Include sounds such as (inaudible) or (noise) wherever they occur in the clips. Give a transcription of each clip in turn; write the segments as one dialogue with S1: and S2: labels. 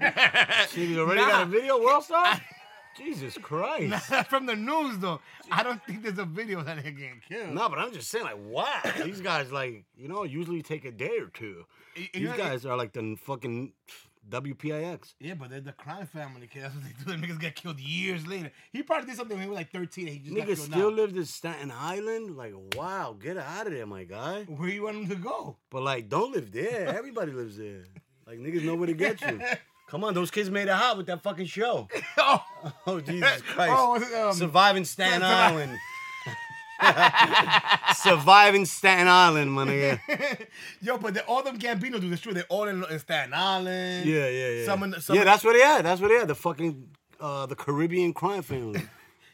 S1: Shit, you already got a video, World
S2: (laughs)
S1: Star? Jesus Christ.
S2: From the news though, I don't think there's a video that they're getting killed.
S1: No, but I'm just saying, like, wow. These guys, like, you know, usually take a day or two.
S2: You- you
S1: These
S2: know-
S1: guys are like the fucking WPIX.
S2: Yeah, but they're the crime family. Kid. That's what they do. The niggas get killed years later. He probably did something when he was like 13. And he just got
S1: Nigga
S2: killed
S1: still
S2: now.
S1: lives in Staten Island? Like, wow, get out of there, my guy.
S2: Where you want him to go?
S1: But, like, don't live there. Everybody lives there. Like, niggas know where to get
S2: (laughs)
S1: you. Come on, those kids made it hot with that fucking show.
S2: oh,
S1: (laughs) Oh, Jesus Christ.
S2: Oh, was it, um,
S1: Surviving Staten Island. (laughs) Surviving Staten Island, my nigga.
S2: (laughs) yo, but they're, all them Gambino dudes. It's true. They're all in, in Staten Island.
S1: Yeah, yeah, yeah.
S2: Some in the- some
S1: yeah,
S2: in-
S1: that's where they at. That's where they at. The fucking uh, the Caribbean crime
S2: (laughs)
S1: family.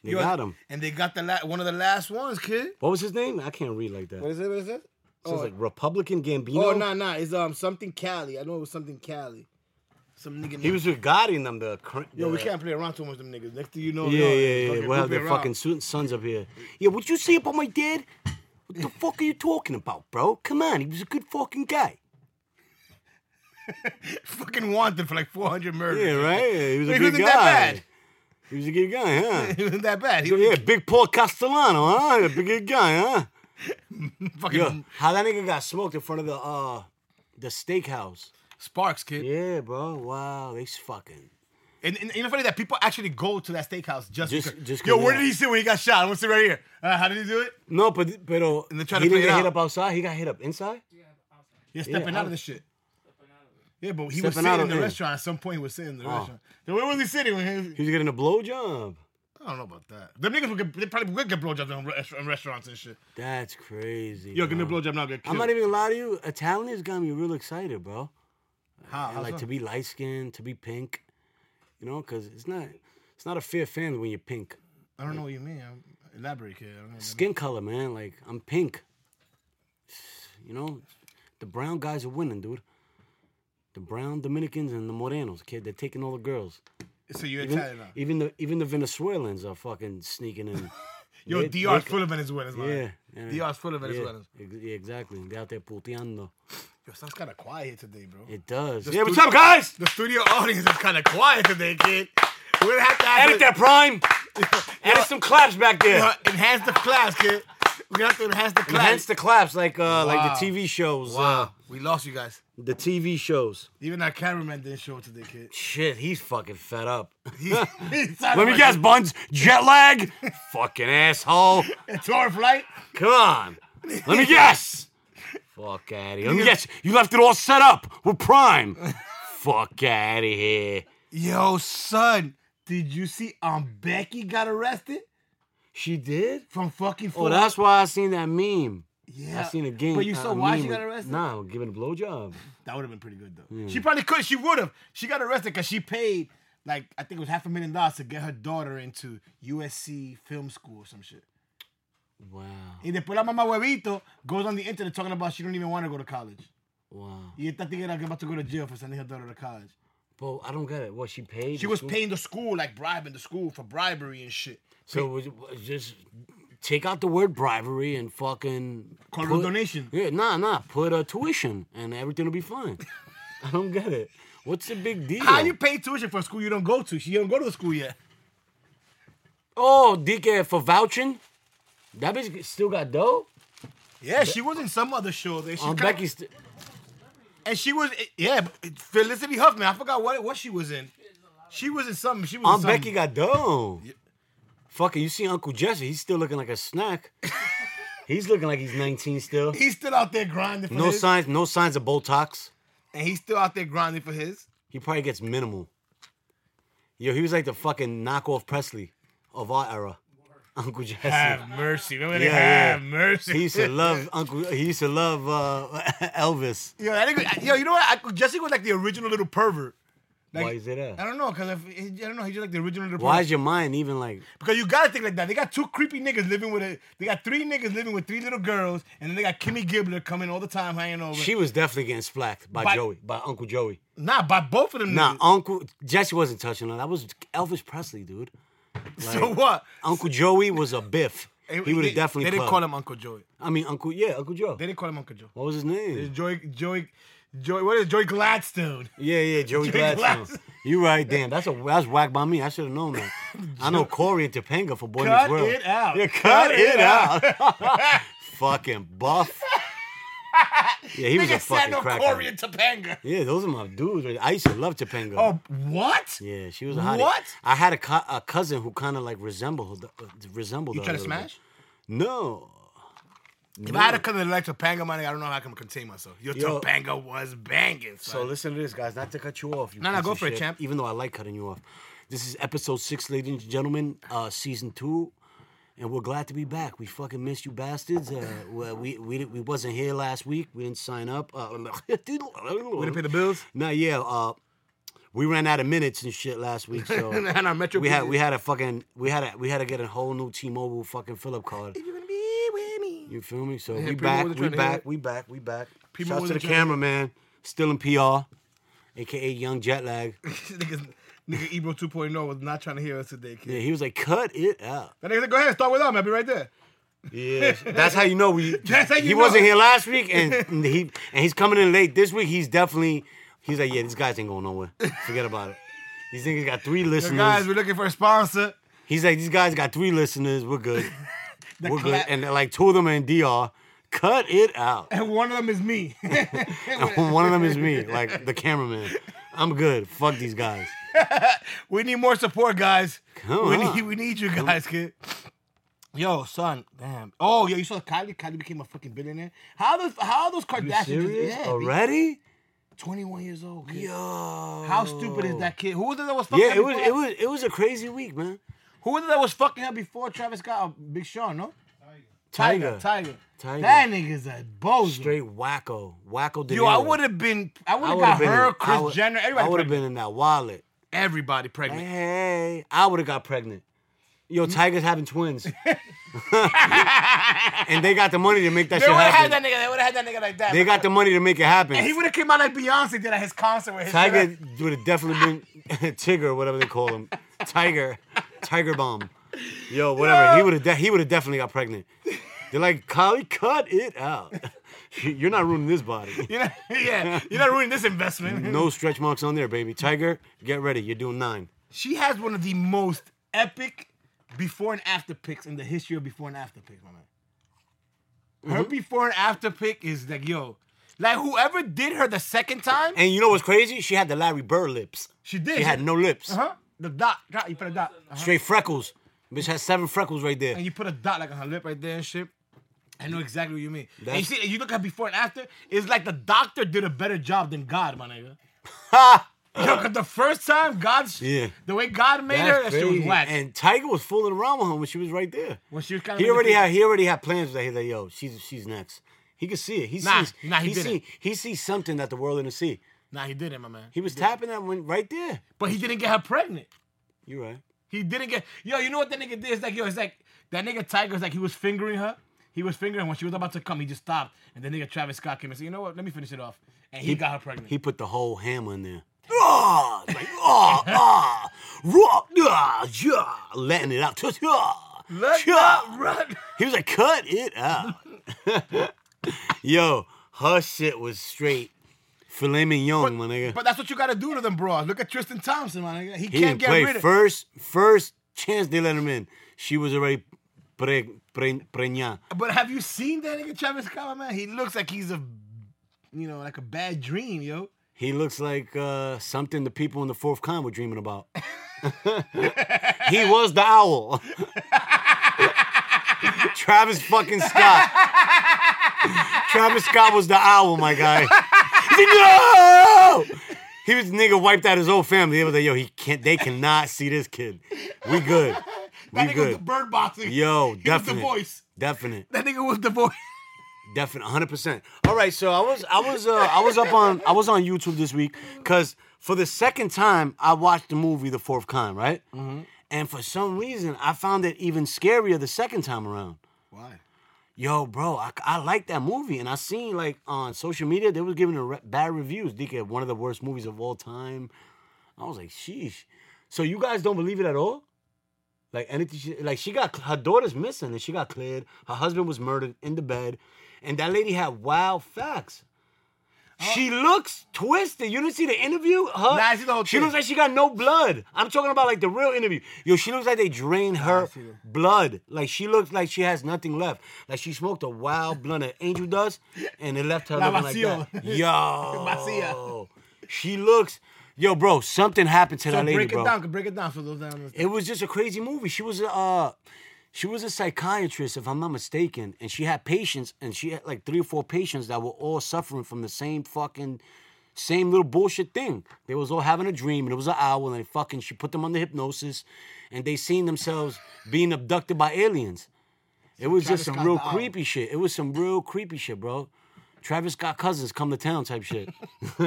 S1: They
S2: Yo,
S1: got him.
S2: And they got the la- one of the last ones, kid.
S1: What was his name? I can't read like that.
S2: is it? What is it?
S1: So it's like Republican Gambino.
S2: Oh, nah, nah. It's um something Cali. I know it was something Cali. Some nigga.
S1: He was with Gotti and them. The, cr-
S2: Yo, we
S1: the-
S2: can't play around too much with them niggas. Next thing you know,
S1: Yeah,
S2: yo,
S1: yeah, yeah.
S2: fucking
S1: We'll have
S2: goofy
S1: their
S2: around.
S1: fucking son- sons up here. Yeah, what you say about my dad? What the fuck are you talking about, bro? Come on, he was a good fucking guy.
S2: fucking wanted for like 400 murders.
S1: Yeah, right. (laughs) He was a
S2: He
S1: good
S2: wasn't
S1: guy.
S2: that bad.
S1: He was a good guy, huh? (laughs)
S2: (laughs) It wasn't that bad. He was
S1: yeah, big Paul Castellano, huh? A big good guy, huh?
S2: fucking
S1: Yo, how that nigga got smoked in front of the uh the steakhouse.
S2: Sparks, kid.
S1: Yeah, bro. Wow, they s- fucking.
S2: And, and you know funny that people actually go to that steakhouse just,
S1: Just-
S2: because.
S1: just
S2: Yo,
S1: 'cause
S2: where
S1: of
S2: did
S1: that.
S2: he sit when he got shot? I'm gonna sit right here. Uh, how did he do it?
S1: No, but but uh,
S2: And they try to
S1: he
S2: play
S1: didn't
S2: it
S1: get hit
S2: out.
S1: up outside. He got hit up inside.
S2: You're stepping
S1: Yeah,
S2: out
S1: I-
S2: of this shit. Yeah, but he
S1: Stepping
S2: was sitting
S1: out
S2: in
S1: of
S2: the
S1: it. Oh.
S2: restaurant. At some point, he was sitting in the restaurant. So where was he sitting? When he,
S1: He was getting a blowjob.
S2: I don't know about that. Them niggas would get, they probably would get blowjobs in, rest- in restaurants and shit.
S1: That's crazy.
S2: Yo, give me a
S1: bro.
S2: blowjob now. Get killed.
S1: I'm not even gonna lie to you. Italian has got me real excited, bro.
S2: How?
S1: I
S2: how
S1: like
S2: so?
S1: to be light skinned, to be pink. You know, cause it's not it's not a fair fan when you're pink.
S2: I don't know what you mean. I'm, elaborate, kid. I don't know. what you
S1: Skin color, man. Like I'm pink. You know, the brown guys are winning, dude. The brown Dominicans and the Morenos, kid. They're taking all the girls.
S2: mean. So you're
S1: Even,
S2: Italian now.
S1: even the even the Venezuelans are fucking sneaking in.
S2: (laughs) Yo,
S1: They-
S2: DR's
S1: they-
S2: full of Venezuelans, man.
S1: Yeah. yeah.
S2: DR's full of
S1: Yeah,
S2: Venezuelans.
S1: ex- yeah, exactly. They're out there puteando.
S2: Yo, sounds kind of quiet today, bro.
S1: It does.
S2: The
S1: yeah, what's
S2: studio-
S1: up, guys?
S2: The studio audience is kind of quiet today, kid. We're gonna have to
S1: Edit that prime.
S2: (laughs)
S1: Edit some claps back there.
S2: Uh, enhance the class, kid. We're gonna have to enhance the class.
S1: Enhance the claps like uh
S2: Wow.
S1: like the TV shows. Uh,
S2: wow, we lost you guys.
S1: the TV shows.
S2: Even our cameraman didn't show up today, kid.
S1: Shit, he's fucking fed up. (laughs)
S2: (laughs) Let
S1: Let me guess, Buns. Jet lag? Fucking asshole.
S2: To our flight.
S1: Come on. Let me guess. Fuck out of here. Let me guess. You left it all set up with Prime. Fuck out of here.
S2: Yo, son, did you see um Becky got arrested
S1: She did?
S2: from fucking?
S1: Oh,
S2: Fort-
S1: that's why I seen that meme.
S2: yeah.
S1: I seen a game.
S2: But you
S1: uh,
S2: saw
S1: a
S2: why she
S1: meme
S2: got
S1: with-
S2: arrested?
S1: Nah, giving a blowjob.
S2: That would have been pretty good though.
S1: Hmm.
S2: She probably could. She would have. She got arrested because she paid like I think it was half a million dollars to get her daughter into USC film school or some shit.
S1: Wow.
S2: And después la mamá huevito goes on the internet talking about she don't even want to go to college.
S1: Wow.
S2: Y está thinking like about to go to jail for sending her daughter to college.
S1: But I don't get it. What, she paid?
S2: She
S1: the
S2: was
S1: school?
S2: paying the school like bribing the school for bribery and shit.
S1: So was, was just take out the word bribery and fucking
S2: Call it a donation.
S1: Yeah, nah, nah. Put a tuition and everything will be fine. (laughs) I don't get it. What's the big deal?
S2: How you pay tuition for a school you don't go to? She don't go to the school yet.
S1: oh, DK for vouching. That bitch still got dough.
S2: Yeah, she was in some other show there. She
S1: On
S2: kinda-
S1: Becky's. St-
S2: and she was yeah, but Felicity Huffman. I forgot what what she was in. She was in something. She was in
S1: Aunt
S2: something.
S1: Becky got dough. Fucking, you see Uncle Jesse? He's still looking like a
S2: (laughs)
S1: snack. he's looking like he's 19 still.
S2: He's still out there grinding for
S1: No
S2: his,
S1: signs. No signs of Botox.
S2: and he's still out there grinding for his.
S1: He probably gets minimal. Yo, he was like the fucking knockoff Presley of our era. Uncle Jesse.
S2: mercy, remember
S1: Yeah, yeah.
S2: mercy.
S1: He used to love Uncle. He used to love uh, Elvis.
S2: yo, that nigga, yo, you know what? I, Jesse was like the original little pervert. Like,
S1: Why is it
S2: I
S1: that?
S2: don't know, cause if, he- I don't know. He's just like the original little
S1: Why
S2: pervert.
S1: is your mind even like?
S2: Because you gotta think like that. They got two creepy niggas living with a. They got three niggas living with three little girls, and then they got Kimmy Gibbler coming all the time, hanging over.
S1: She was definitely getting splacked by,
S2: By-
S1: Joey, by Uncle Joey.
S2: nah, by both of them.
S1: Nah,
S2: niggas.
S1: Uncle Jesse wasn't touching her. That was Elvis Presley, dude.
S2: (laughs) so what?
S1: Uncle Joey was a biff. He
S2: They-
S1: would
S2: they-
S1: have definitely.
S2: They didn't
S1: clubbed.
S2: call him Uncle Joey.
S1: I mean, Uncle. Yeah, Uncle Joe.
S2: They didn't call him Uncle Joe.
S1: What was his name?
S2: Joey, Joey, Joy, what is it? Joey Gladstone?
S1: Yeah, yeah, Joey
S2: Joey
S1: Gladstone.
S2: Gladstone.
S1: You right, damn. That's a that's whack by me. I should have known that. I
S2: (laughs)
S1: know Corey and Topanga for Boy Meets
S2: Cut
S1: World.
S2: it out.
S1: Yeah, cut, it, out. (laughs) fucking
S2: (laughs)
S1: buff. Yeah, he was a
S2: Nigga said
S1: fucking
S2: no Corey
S1: cracker.
S2: and Topanga.
S1: Yeah, those are my dudes. right? I used to love Topanga.
S2: Oh, what?
S1: Yeah, she was a hottie.
S2: What?
S1: I had a, co- a cousin who kind of like resembled uh, resembled.
S2: You
S1: her
S2: try
S1: a
S2: to
S1: little bit.
S2: smash?
S1: No.
S2: If I had a cousin that liked Topanga, money, I don't know how I can contain myself. Your
S1: Yo.
S2: Topanga was banging. Son. (laughs)
S1: So listen to this, guys. Not to cut you off. You
S2: No, no,
S1: piece
S2: go
S1: of
S2: for it,
S1: shit,
S2: champ.
S1: Even though I like cutting you off, this is episode six, ladies and gentlemen, uh, season two, and we're glad to be back. We fucking missed you, bastards. Uh, we we we, didn't- we wasn't here last week. We didn't sign up. Uh, (laughs) we
S2: didn't pay the bills?
S1: No, yeah. Uh, we ran out of minutes and shit last week, so
S2: (laughs) And our Metro
S1: uh, we had
S2: PD.
S1: we had a fucking we had a we had to get a whole new T-Mobile fucking Philip card.
S2: You're gonna be with me. (laughs)
S1: You feel me? So
S2: Yeah,
S1: we
S2: Primo
S1: back,
S2: wasn't
S1: we
S2: trying to hear
S1: back,
S2: that.
S1: we back, we back.
S2: Primo
S1: Shouts to the
S2: wasn't trying to hear
S1: cameraman, still in PR, aka Young Jet Lag.
S2: Niggas, nigga Ebro 2.0 was not trying to hear us today, kid.
S1: Yeah, he was like, "Cut it out."
S2: That nigga said, go ahead, start with them. I'll be right there.
S1: Yeah, (laughs) that's how you know we.
S2: (laughs) That's how you
S1: he
S2: know.
S1: wasn't here last week,
S2: (laughs)
S1: and and he and he's coming in late this week. He's definitely. He's like, "Yeah, these guys ain't going nowhere. Forget about it." These niggas got three
S2: So
S1: listeners.
S2: guys, we're looking for a sponsor.
S1: he's like, "These guys got three listeners. We're good.
S2: (laughs) The
S1: We're good."
S2: clap-
S1: And like two of them in DR. Cut it out.
S2: (laughs)
S1: (laughs)
S2: And one of them is me. (laughs)
S1: And one of them is me, like the cameraman. I'm good. Fuck these guys.
S2: we need more support, guys.
S1: Come
S2: we
S1: on.
S2: need we need you guys, kid. Yo, son, damn. Oh, yo, you saw Kylie? Kylie became a fucking billionaire. How those how those Kardashians? Yeah,
S1: Oh, Already?
S2: twenty one years old. Kid.
S1: Yo.
S2: How stupid is that kid? Who was it that was fucking?
S1: Yeah,
S2: her
S1: it was
S2: before?
S1: it was it was a crazy week, man.
S2: Who was it that was fucking her before Travis Scott? Or Big Sean, no.
S1: Tiger.
S2: Tiger,
S1: Tiger.
S2: That nigga's a bozo.
S1: Straight wacko. Wacko De
S2: Yo, I
S1: Niro.
S2: would have been. I would
S1: I
S2: have
S1: would've
S2: got
S1: been
S2: her,
S1: in- I
S2: Chris
S1: would-
S2: Jenner,
S1: I
S2: everybody.
S1: would have
S2: pregnant.
S1: been in that wallet.
S2: Everybody pregnant.
S1: Hey, I would have got pregnant. Yo,
S2: Hmm?
S1: Tiger's having
S2: (laughs)
S1: twins. (laughs) and they got the money to make that
S2: They
S1: shit
S2: would have
S1: happen.
S2: had that nigga. They would have had that nigga like that.
S1: They got the money to make it happen.
S2: And he would have came out like Beyonce did at his concert with his
S1: Tiger would have definitely been (laughs) Tigger, whatever they call him, Tiger, Tiger Bomb, yo, whatever. He
S2: Yo.
S1: would have de- he would have definitely got pregnant. They're like, Kylie, cut it out. (laughs) You're not ruining this body.
S2: You know, (laughs) yeah, you're not ruining
S1: (laughs)
S2: this investment.
S1: No stretch marks on there, baby. Tiger, get ready. You're doing nine.
S2: She has one of the most epic before and after pics in the history of before and after pics, my man.
S1: Mm-hmm.
S2: Her before and after pic is like, yo, like whoever did her the second time,
S1: And you know what's crazy? She had the Larry Bird lips.
S2: she did.
S1: She had no lips.
S2: Uh huh. The dot, dot, you put a dot, uh-huh.
S1: Straight freckles. Bitch has seven freckles right there. (laughs)
S2: and you put a dot like on her lip right there and shit. I know exactly what you mean. and you
S1: That's-
S2: see, you look at before and after. It's like the doctor did a better job than God, my nigga.
S1: Ha!
S2: Yo, 'cause the first time God,
S1: Yeah.
S2: the way God made her, that shit was
S1: crazy.
S2: whack.
S1: And Tiger was fooling around with her when she was right there.
S2: when she was kind of
S1: He already had he already had plans with that. He's like, yo, she's she's next. He could see it. He
S2: Nah,
S1: sees
S2: nah, he
S1: he
S2: didn't.
S1: see he sees something that the world didn't see.
S2: Nah, he didn't, my man.
S1: He was tapping that one right there.
S2: but he didn't get her pregnant.
S1: You right.
S2: He didn't get. Yo, you know what that nigga did? It's like yo, it's like that nigga Tiger's like he was fingering her. He was fingering when she was about to come. He just stopped, and the nigga Travis Scott came and said, "You know what? Let me finish it off." And he, got her pregnant.
S1: He put the whole hammer in there. Ah, like,
S2: (laughs)
S1: ah, ah, raw, ah, yeah, letting it out. Tut, ah,
S2: Let
S1: yeah.
S2: that run.
S1: He was like, cut it out. (laughs) yo, her shit was straight filet mignon, my nigga.
S2: But that's what you gotta do to them, bro. Look at Tristan Thompson, my nigga. He,
S1: He didn't
S2: can't get
S1: play
S2: rid of.
S1: first first chance they let him in. She was already pre, pre, preña.
S2: But have you seen that nigga Travis Scott, my man? He looks like he's a, you know, like a bad dream, yo.
S1: He looks like uh, something the people in the fourth con were dreaming about. (laughs) he was the owl. (laughs) Travis fucking Scott. Travis Scott was the owl, my guy. He's like, no! He was nigga wiped out his whole family. They was like, yo, he can't. They cannot see this kid. We good.
S2: That
S1: We
S2: nigga was the
S1: good.
S2: bird boxing.
S1: Yo,
S2: (laughs) he was the
S1: definite.
S2: voice.
S1: Definite.
S2: That nigga was the voice.
S1: Definitely, hundred percent. All right, so I was, I was, uh, I was up on, I was on YouTube this week because for the second time I watched the movie The Fourth Kind, right?
S2: Mm-hmm.
S1: And for some reason, I found it even scarier the second time around.
S2: Why?
S1: Yo, bro, I, I like that movie, and I seen like on social media they was giving it re- bad reviews. DK, one of the worst movies of all time. I was like, sheesh. So you guys don't believe it at all? Like anything? She, like she got her daughter's missing, and she got cleared. Her husband was murdered in the bed, and that lady had wild facts. She looks twisted. You didn't see the interview? Her,
S2: Oh. Nah, I see the whole
S1: she
S2: thing.
S1: looks like she got no blood. I'm talking about like the real interview. Yo, she looks like they drained her
S2: see that.
S1: blood. Like she looks like she has nothing left. Like she smoked a wild blunt of angel dust and it left her
S2: La
S1: looking like
S2: vacío.
S1: that. Yo.
S2: (laughs) Vacía.
S1: Oh, She looks. Yo, bro, something happened to
S2: So
S1: that lady,
S2: break it
S1: bro.
S2: down. Break it down for those that don't understand.
S1: It was just a crazy movie. She was a uh, she was a psychiatrist, if I'm not mistaken, and she had patients, and she had like three or four patients that were all suffering from the same fucking same little bullshit thing. They was all having a dream, and it was an owl, and they fucking she put them under hypnosis, and they seen themselves being abducted by aliens. It was
S2: Travis
S1: just some
S2: Scott
S1: real
S2: the owl.
S1: creepy shit. It was some real creepy shit, bro. Travis Scott cousins come to town type shit. (laughs)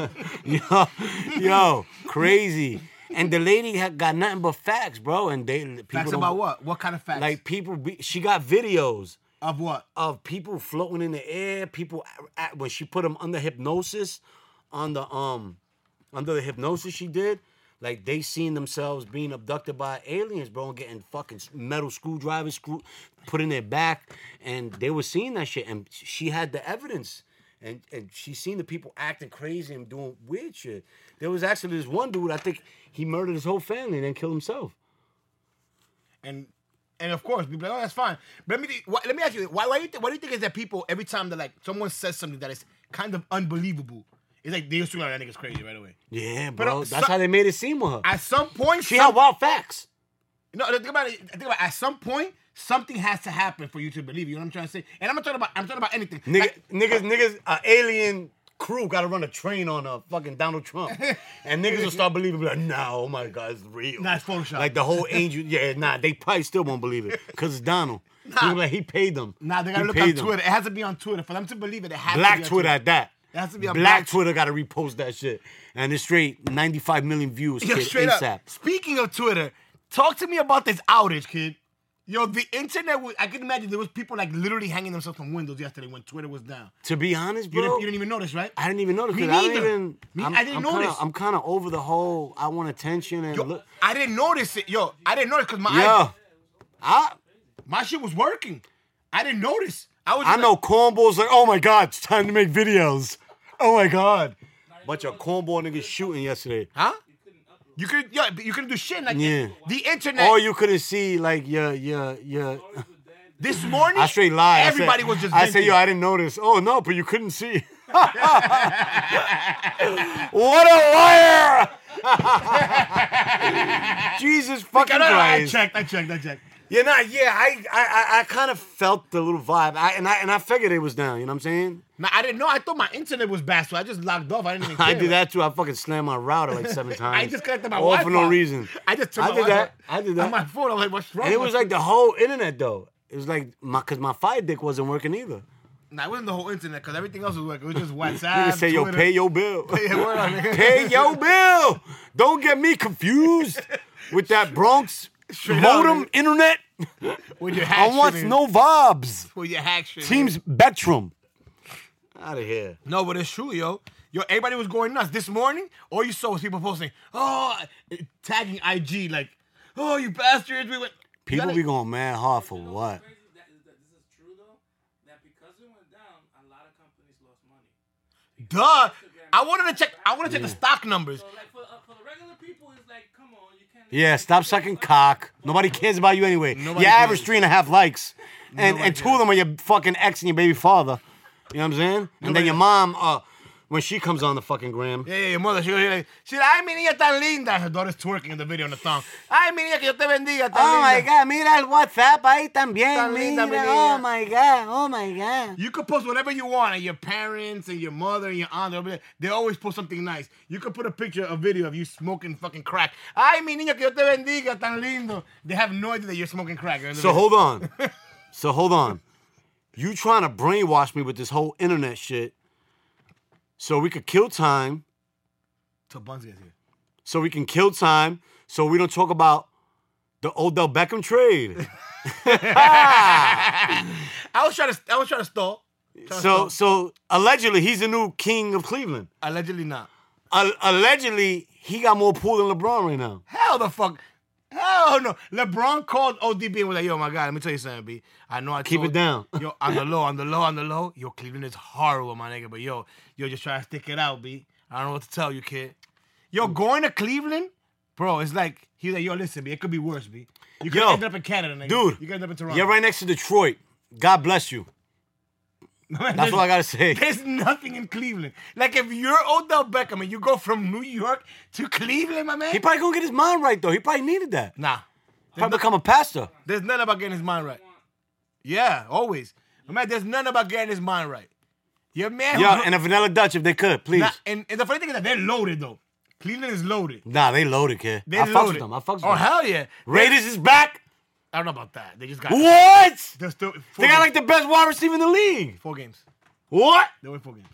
S1: yo, yo, crazy. And the lady had got nothing but facts, bro. And they people
S2: Facts
S1: don't-
S2: about what? What kind of facts?
S1: Like people, be, she got videos
S2: of what?
S1: of people floating in the air. People a- a- when she put them under hypnosis, on the um, under the hypnosis she did, like they seen themselves being abducted by aliens, bro, and getting fucking s- metal screwdrivers screw put in their back, and they were seeing that shit, and she had the evidence. And, and she seen the people acting crazy and doing weird shit. There was actually this one dude, I think he murdered his whole family and then killed himself.
S2: And and of course, people are like, oh, that's fine. But let me why, let me ask you, why why do you think why do you think is that people every time that like someone says something that is kind of unbelievable, it's like they assume like, that nigga's crazy right away.
S1: Yeah,
S2: But,
S1: bro.
S2: uh,
S1: That's
S2: so-
S1: how they made it seem with her.
S2: At some point,
S1: she
S2: some-
S1: had wild facts.
S2: No, think about it. Think about it. At some point, something has to happen for you to believe. You know what I'm trying to say? And I'm not talking about. I'm talking about anything.
S1: Nigga,
S2: Like,
S1: niggas, niggas, uh, alien crew got to run a train on a fucking Donald
S2: (laughs)
S1: Trump, and niggas will start believing. Be like, nah, oh my god, it's real.
S2: Nah, it's Photoshop.
S1: Like the whole angel, yeah, nah, they probably still won't believe it because it's
S2: (laughs)
S1: Donald. They be like he paid them.
S2: nah, they
S1: He
S2: gotta look on
S1: paid
S2: Twitter. It has to be on Twitter for them to believe it. It has to
S1: Black
S2: be on
S1: Twitter at that.
S2: It has to be on
S1: black,
S2: black-
S1: Twitter got to repost that shit, and it's straight 95 million views.
S2: Yo,
S1: kid,
S2: straight
S1: ASAP.
S2: up. Speaking of Twitter, talk to me about this outage, kid. Yo, the internet. Was, I can imagine there was people like literally hanging themselves from windows yesterday when Twitter was down.
S1: To be honest, bro,
S2: You didn't, you didn't even notice, right?
S1: I didn't even notice
S2: Me
S1: because I didn't
S2: neither.
S1: even.
S2: Me-
S1: I'm,
S2: I didn't
S1: am
S2: notice.
S1: I'm kind of over the whole. I want attention and
S2: Yo,
S1: look.
S2: I didn't notice it. Yo, I didn't notice because my
S1: Yo, I
S2: my shit was working. I didn't notice. I was.
S1: I
S2: just
S1: know cornballs like, oh my god, it's time to make videos. Oh my god, bunch of cornball niggas shooting yesterday.
S2: Huh? You could yeah, but you could do shit like
S1: Yeah. Oh,
S2: the internet.
S1: Or you couldn't see like your your your.
S2: this morning,
S1: I straight lied. I said-
S2: Everybody was just.
S1: I said,
S2: venting.
S1: yo, I didn't notice. Oh no, but you couldn't see. (laughs) what a liar! (laughs) Jesus fucking
S2: No, no, no, I
S1: Christ!
S2: checked. I checked. I checked.
S1: Yeah, nah, yeah, I, I, I, I kind of felt the little vibe, I, and I, and I figured it was down. You know what I'm saying?
S2: Now I didn't know. I thought my internet was bad, so I just logged off. I didn't. Even
S1: (laughs) I
S2: care.
S1: did that too. I fucking slammed my router like seven times.
S2: (laughs) I just connected my
S1: All
S2: Wi-Fi
S1: for no reason.
S2: I just took
S1: I
S2: my
S1: did
S2: Wi-Fi
S1: that. I did that.
S2: On my phone, I'm like, what's wrong?
S1: and it
S2: with
S1: was like the whole internet though. It was like my cause my fire dick wasn't working either.
S2: Nah, it wasn't the whole internet because everything else was working. It was just
S1: (laughs) Nigga
S2: WhatsApp.
S1: say yo,
S2: Twitter.
S1: pay your bill.
S2: Yeah, word on it.
S1: (laughs) pay your bill. Don't get me
S2: (laughs)
S1: confused with that Bronx
S2: Straight up,
S1: modem
S2: nigga.
S1: internet.
S2: With your hack
S1: I want
S2: shit in.
S1: no vibes.
S2: With your hack shit. in.
S1: Teams Spectrum. Out of here.
S2: No, but it's true, yo. Yo, everybody was going nuts this morning. All you saw was people posting, oh, tagging IG like, oh, you bastards. We went.
S1: People
S2: Gotta-
S1: be going mad hard for what?
S3: Crazy that, that this is true though. That because we went down, a lot of companies lost money.
S2: Duh. I wanted to check. I want to check the stock numbers.
S3: So like for uh, for the regular people, it's like, come on, you can't.
S1: Yeah, stop sucking cock. Nobody cares about you anyway.
S2: Nobody
S1: you average
S2: cares.
S1: three and a half likes, and
S2: Nobody
S1: and two of them are your fucking ex and your baby father. You know what I'm saying? And then
S2: Nobody-
S1: your mom, uh, when she comes on the fucking gram,
S2: Yeah, yeah, your mother. She was like, she's like, ay, mi niña tan linda. Her daughter's twerking in the video on the thong. Ay, mi niña, que yo te bendiga. Tan
S1: Oh my
S2: linda.
S1: god, mira el WhatsApp ahí también.
S2: Tan linda,
S1: Mira,
S2: mi niña.
S1: oh my god, oh my god.
S2: You could post whatever you want, and your parents and your mother and your aunt, they'll be like- they always post something nice. You could put a picture, a video of you smoking fucking crack. Ay, mi niña, que yo te bendiga, tan lindo. They have no idea that you're smoking crack.
S1: So hold
S2: (laughs)
S1: on. so hold on. You trying to brainwash me with this whole internet shit so we could kill time,
S2: Till Buns gets here.
S1: so we can kill time, so we don't talk about the Odell Beckham trade.
S2: I was trying to, I was trying to stall. Trying to
S1: so
S2: (laughs) stall.
S1: so allegedly he's the new king of Cleveland.
S2: allegedly not.
S1: Al- allegedly he got more pull than LeBron right now.
S2: Hell the fuck. Hell Hell no. LeBron called ODB and was like, yo, my God, let me tell you something, B. I know I
S1: Keep
S2: told-
S1: it down.
S2: (laughs) Yo, on the low, on the low, on the low. Yo, Cleveland is horrible, my nigga. But yo, yo, just try to stick it out, B. I don't know what to tell you, kid. Yo,
S1: Mm.
S2: going to Cleveland, bro, it's like he's like, yo, listen, B, it could be worse, B. You could
S1: Yo,
S2: end up in Canada, nigga.
S1: dude,
S2: You could end up in Toronto. (laughs)
S1: You're right next to Detroit. God bless you. That's all I gotta say.
S2: (laughs) There's nothing in Cleveland. Like if you're Odell Beckham and you go from New York to Cleveland, my man.
S1: He probably gonna get his mind right though. He probably needed that.
S2: nah.
S1: Probably become a pastor.
S2: There's nothing about getting his mind right. Yeah, always. My man, there's nothing about getting his mind right. Your man.
S1: Yeah, and a vanilla Dutch if they could, please.
S2: Nah, and, and the funny thing is that they're loaded though. Cleveland is loaded.
S1: Nah, they loaded, kid.
S2: They
S1: I
S2: loaded.
S1: fucks with them. I fucks with
S2: Oh
S1: them.
S2: hell yeah!
S1: Raiders is back.
S2: I don't know about that. They just got
S1: What?
S2: They're still four
S1: They got
S2: games.
S1: like the best wide receiver in the league.
S2: four games.
S1: What?
S2: They win four games.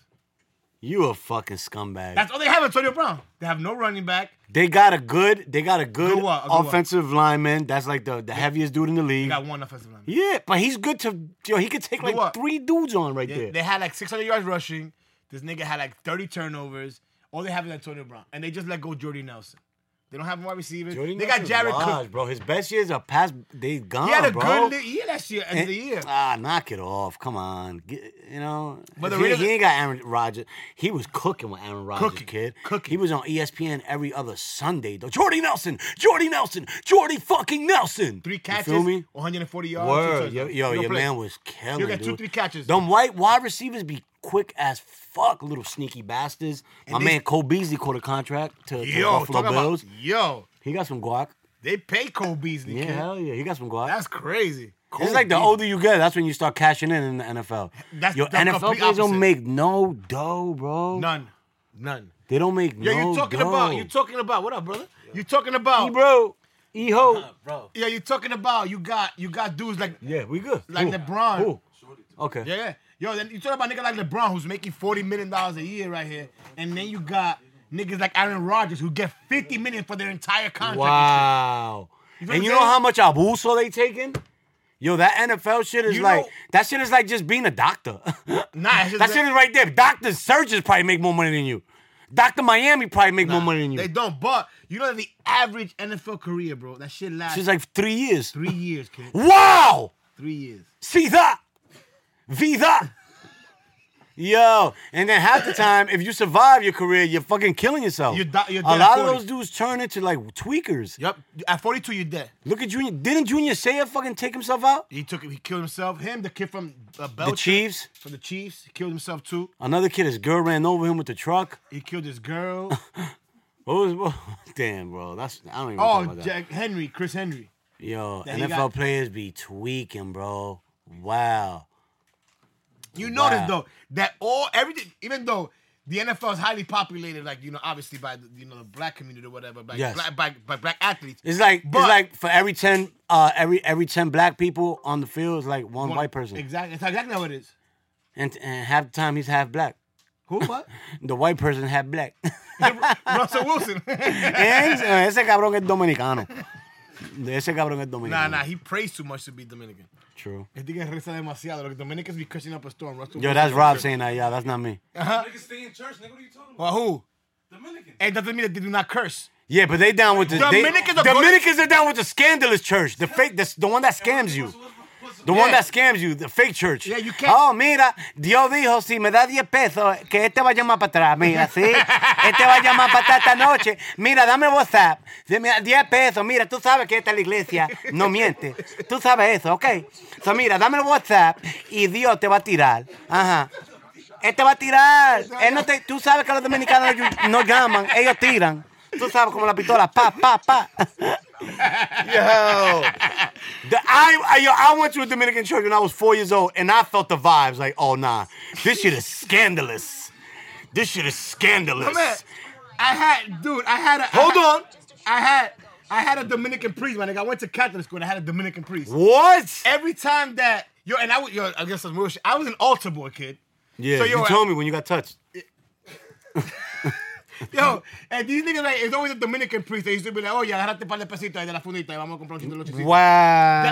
S1: You a fucking scumbag.
S2: That's all they have. Antonio Brown. They have no running back.
S1: they got a good, they got a good,
S2: Good what? A good what?
S1: offensive lineman. That's like the, the heaviest dude in the league.
S2: They got one offensive lineman.
S1: Yeah, but he's good to yo. He could take like
S2: what?
S1: three dudes on right
S2: They,
S1: there.
S2: they had like 600 yards rushing. This nigga had like 30 turnovers. All they have is Antonio Brown, and they just let go Jordy Nelson. They don't have more receivers.
S1: Jordy
S2: they
S1: Nelson
S2: got Jared
S1: washed,
S2: Cook.
S1: bro. His best years are past. They gone,
S2: He had a
S1: bro.
S2: good li- year last year, end of the year.
S1: Ah, knock it off. Come on, Get- you know.
S2: But the
S1: he,
S2: Raiders-
S1: he ain't got Aaron Rodgers. He was cooking with Aaron Rodgers,
S2: Cooking,
S1: kid.
S2: cooking.
S1: He was on E ESPN every other Sunday. Though Jordy Nelson, Jordy Nelson, Jordy fucking Nelson.
S2: Three
S1: You
S2: catches,
S1: feel me?
S2: 140 yards. two
S1: Word,
S2: touchdowns.
S1: yo, yo
S2: No
S1: your
S2: play.
S1: man was killing.
S2: You got two,
S1: dude.
S2: three catches.
S1: Them white wide receivers be quick as fuck, little sneaky bastards. My
S2: they-
S1: man Cole Beasley caught a contract to, to
S2: Yo,
S1: Buffalo
S2: talk about
S1: Bills.
S2: yo.
S1: He got some guac.
S2: They pay Cole Beasley.
S1: Yeah,
S2: kid.
S1: hell yeah, he got some guac.
S2: That's crazy.
S1: it's like the
S2: Beasley.
S1: older you get, that's when you start cashing in in the NFL.
S2: That's
S1: Your
S2: the
S1: NFL
S2: complete
S1: players
S2: opposite.
S1: don't make no dough, bro.
S2: None. None.
S1: They don't make
S2: Yo,
S1: no
S2: you talking
S1: dough.
S2: about, you talking about, what up, brother? You talking about,
S1: Hey, bro. Eho.
S3: bro.
S2: yeah, you talking about, you got, you got dudes like,
S1: Yeah, we good.
S2: like
S1: Who?
S2: LeBron.
S1: Who? Okay.
S2: Yeah, yeah. Yo, then you talking about nigga like LeBron who's making $40 million a year right here. And then you got niggas like Aaron Rodgers who get $50 million for their entire contract.
S1: Wow.
S2: You feel
S1: and
S2: what
S1: you
S2: I'm
S1: know
S2: saying?
S1: how much abuso they taking? Yo, that NFL shit is
S2: You
S1: like
S2: know-
S1: that shit is like just being a doctor. (laughs)
S2: Nah, it's just
S1: that
S2: that-
S1: shit is right there. Doctors, surgeons probably make more money than you. Doctor Miami probably make more money than you.
S2: They don't, but you know that the average NFL career, bro, that shit lasts
S1: She's like three years.
S2: three years, kid.
S1: Wow!
S2: Three years.
S1: See that? Be that? Yo, and then half the time, if you survive your career, you're fucking killing yourself.
S2: You're di- you're
S1: a
S2: dead
S1: lot
S2: at
S1: of
S2: 40.
S1: those dudes turn into like tweakers.
S2: Yep. At 42, you're dead.
S1: Look at Junior. Didn't Junior Seau fucking take himself out?
S2: He took he killed himself. Him, the kid from uh,
S1: The
S2: Belgium,
S1: Chiefs.
S2: from the Chiefs, he killed himself too.
S1: Another kid, his girl ran over him with the truck.
S2: He killed
S1: (laughs)
S2: his girl.
S1: What was? What, (laughs) damn, bro. That's I don't even talk
S2: oh,
S1: about that.
S2: Jack Henry, Chris Henry.
S1: Yo,
S2: Yeah, he
S1: NFL
S2: got-
S1: players be tweaking, bro. Wow.
S2: You notice
S1: Wow.
S2: though that all everything, even though the NFL is highly populated, like you know, obviously by the, you know the black community or whatever, by
S1: Yes.
S2: black by, by black athletes.
S1: It's like
S2: But-
S1: it's like for every ten, uh, every every ten black people on the field is like one,
S2: One-
S1: white person,
S2: Exactly. That's exactly how it is.
S1: and and half the time he's half black. (laughs)
S2: Who what?
S1: The white person half black. (laughs)
S2: Russell Wilson. (laughs)
S1: and uh, ese cabrón es dominicano. Ese cabrón es dominicano.
S2: nah, nah. He prays too much to be Dominican.
S1: True.
S2: El tigre reza demasiado. Los Dominicans be cursing up a storm. Russell
S1: Yo,
S2: Wilson-
S1: that's Rob saying that. Yeah, that's not me.
S3: Niggas stay in church, nigga. What are you talking about?
S2: Well, who?
S3: Dominicans.
S2: It doesn't mean that they do not curse.
S1: Yeah, but they down with the they-
S2: Dominicans are good-
S1: Dominicans are down with the scandalous church, the fake, the, the one that scams you. The one
S2: Yeah.
S1: that scams you, the fake church.
S2: Yeah, you can't-
S1: Oh, mira, Dios dijo, si me da 10 pesos, que este va a llamar para atrás. Mira,
S2: (laughs)
S1: sí. Este va a llamar para atrás esta noche. Mira, dame WhatsApp. Si me da 10 pesos, mira, tú sabes que esta es la iglesia. No miente. Tú sabes eso, ¿ok? So, mira, dame el WhatsApp y Dios te va a tirar. Ajá. Él te va a tirar. Él no te, tú sabes que los dominicanos no- no llaman, ellos tiran. Tú sabes, como la pistola. Pa, pa, pa. Yo. The, I, I, yo, I went to a Dominican church when I was four years old, and I felt the vibes like, oh, nah, this shit is scandalous. This shit is
S2: My man,
S1: scandalous.
S2: I had, dude, I had a.
S1: Hold on.
S2: I had, I had a Dominican priest, man. Like I went to Catholic school and I had a Dominican priest.
S1: What?
S2: Every time that, yo, and I was, yo, I guess I was, real shit. I was an altar boy kid.
S1: Yeah,
S2: So, yo,
S1: you
S2: I-
S1: told me when you got touched. (laughs)
S2: Yo, and these niggas, like, it's always a Dominican priest. They used to be like, oh, yeah, agarrate par de pesitos ahí de la fundita y vamos a comprar un chito de los chisitos.
S1: Wow.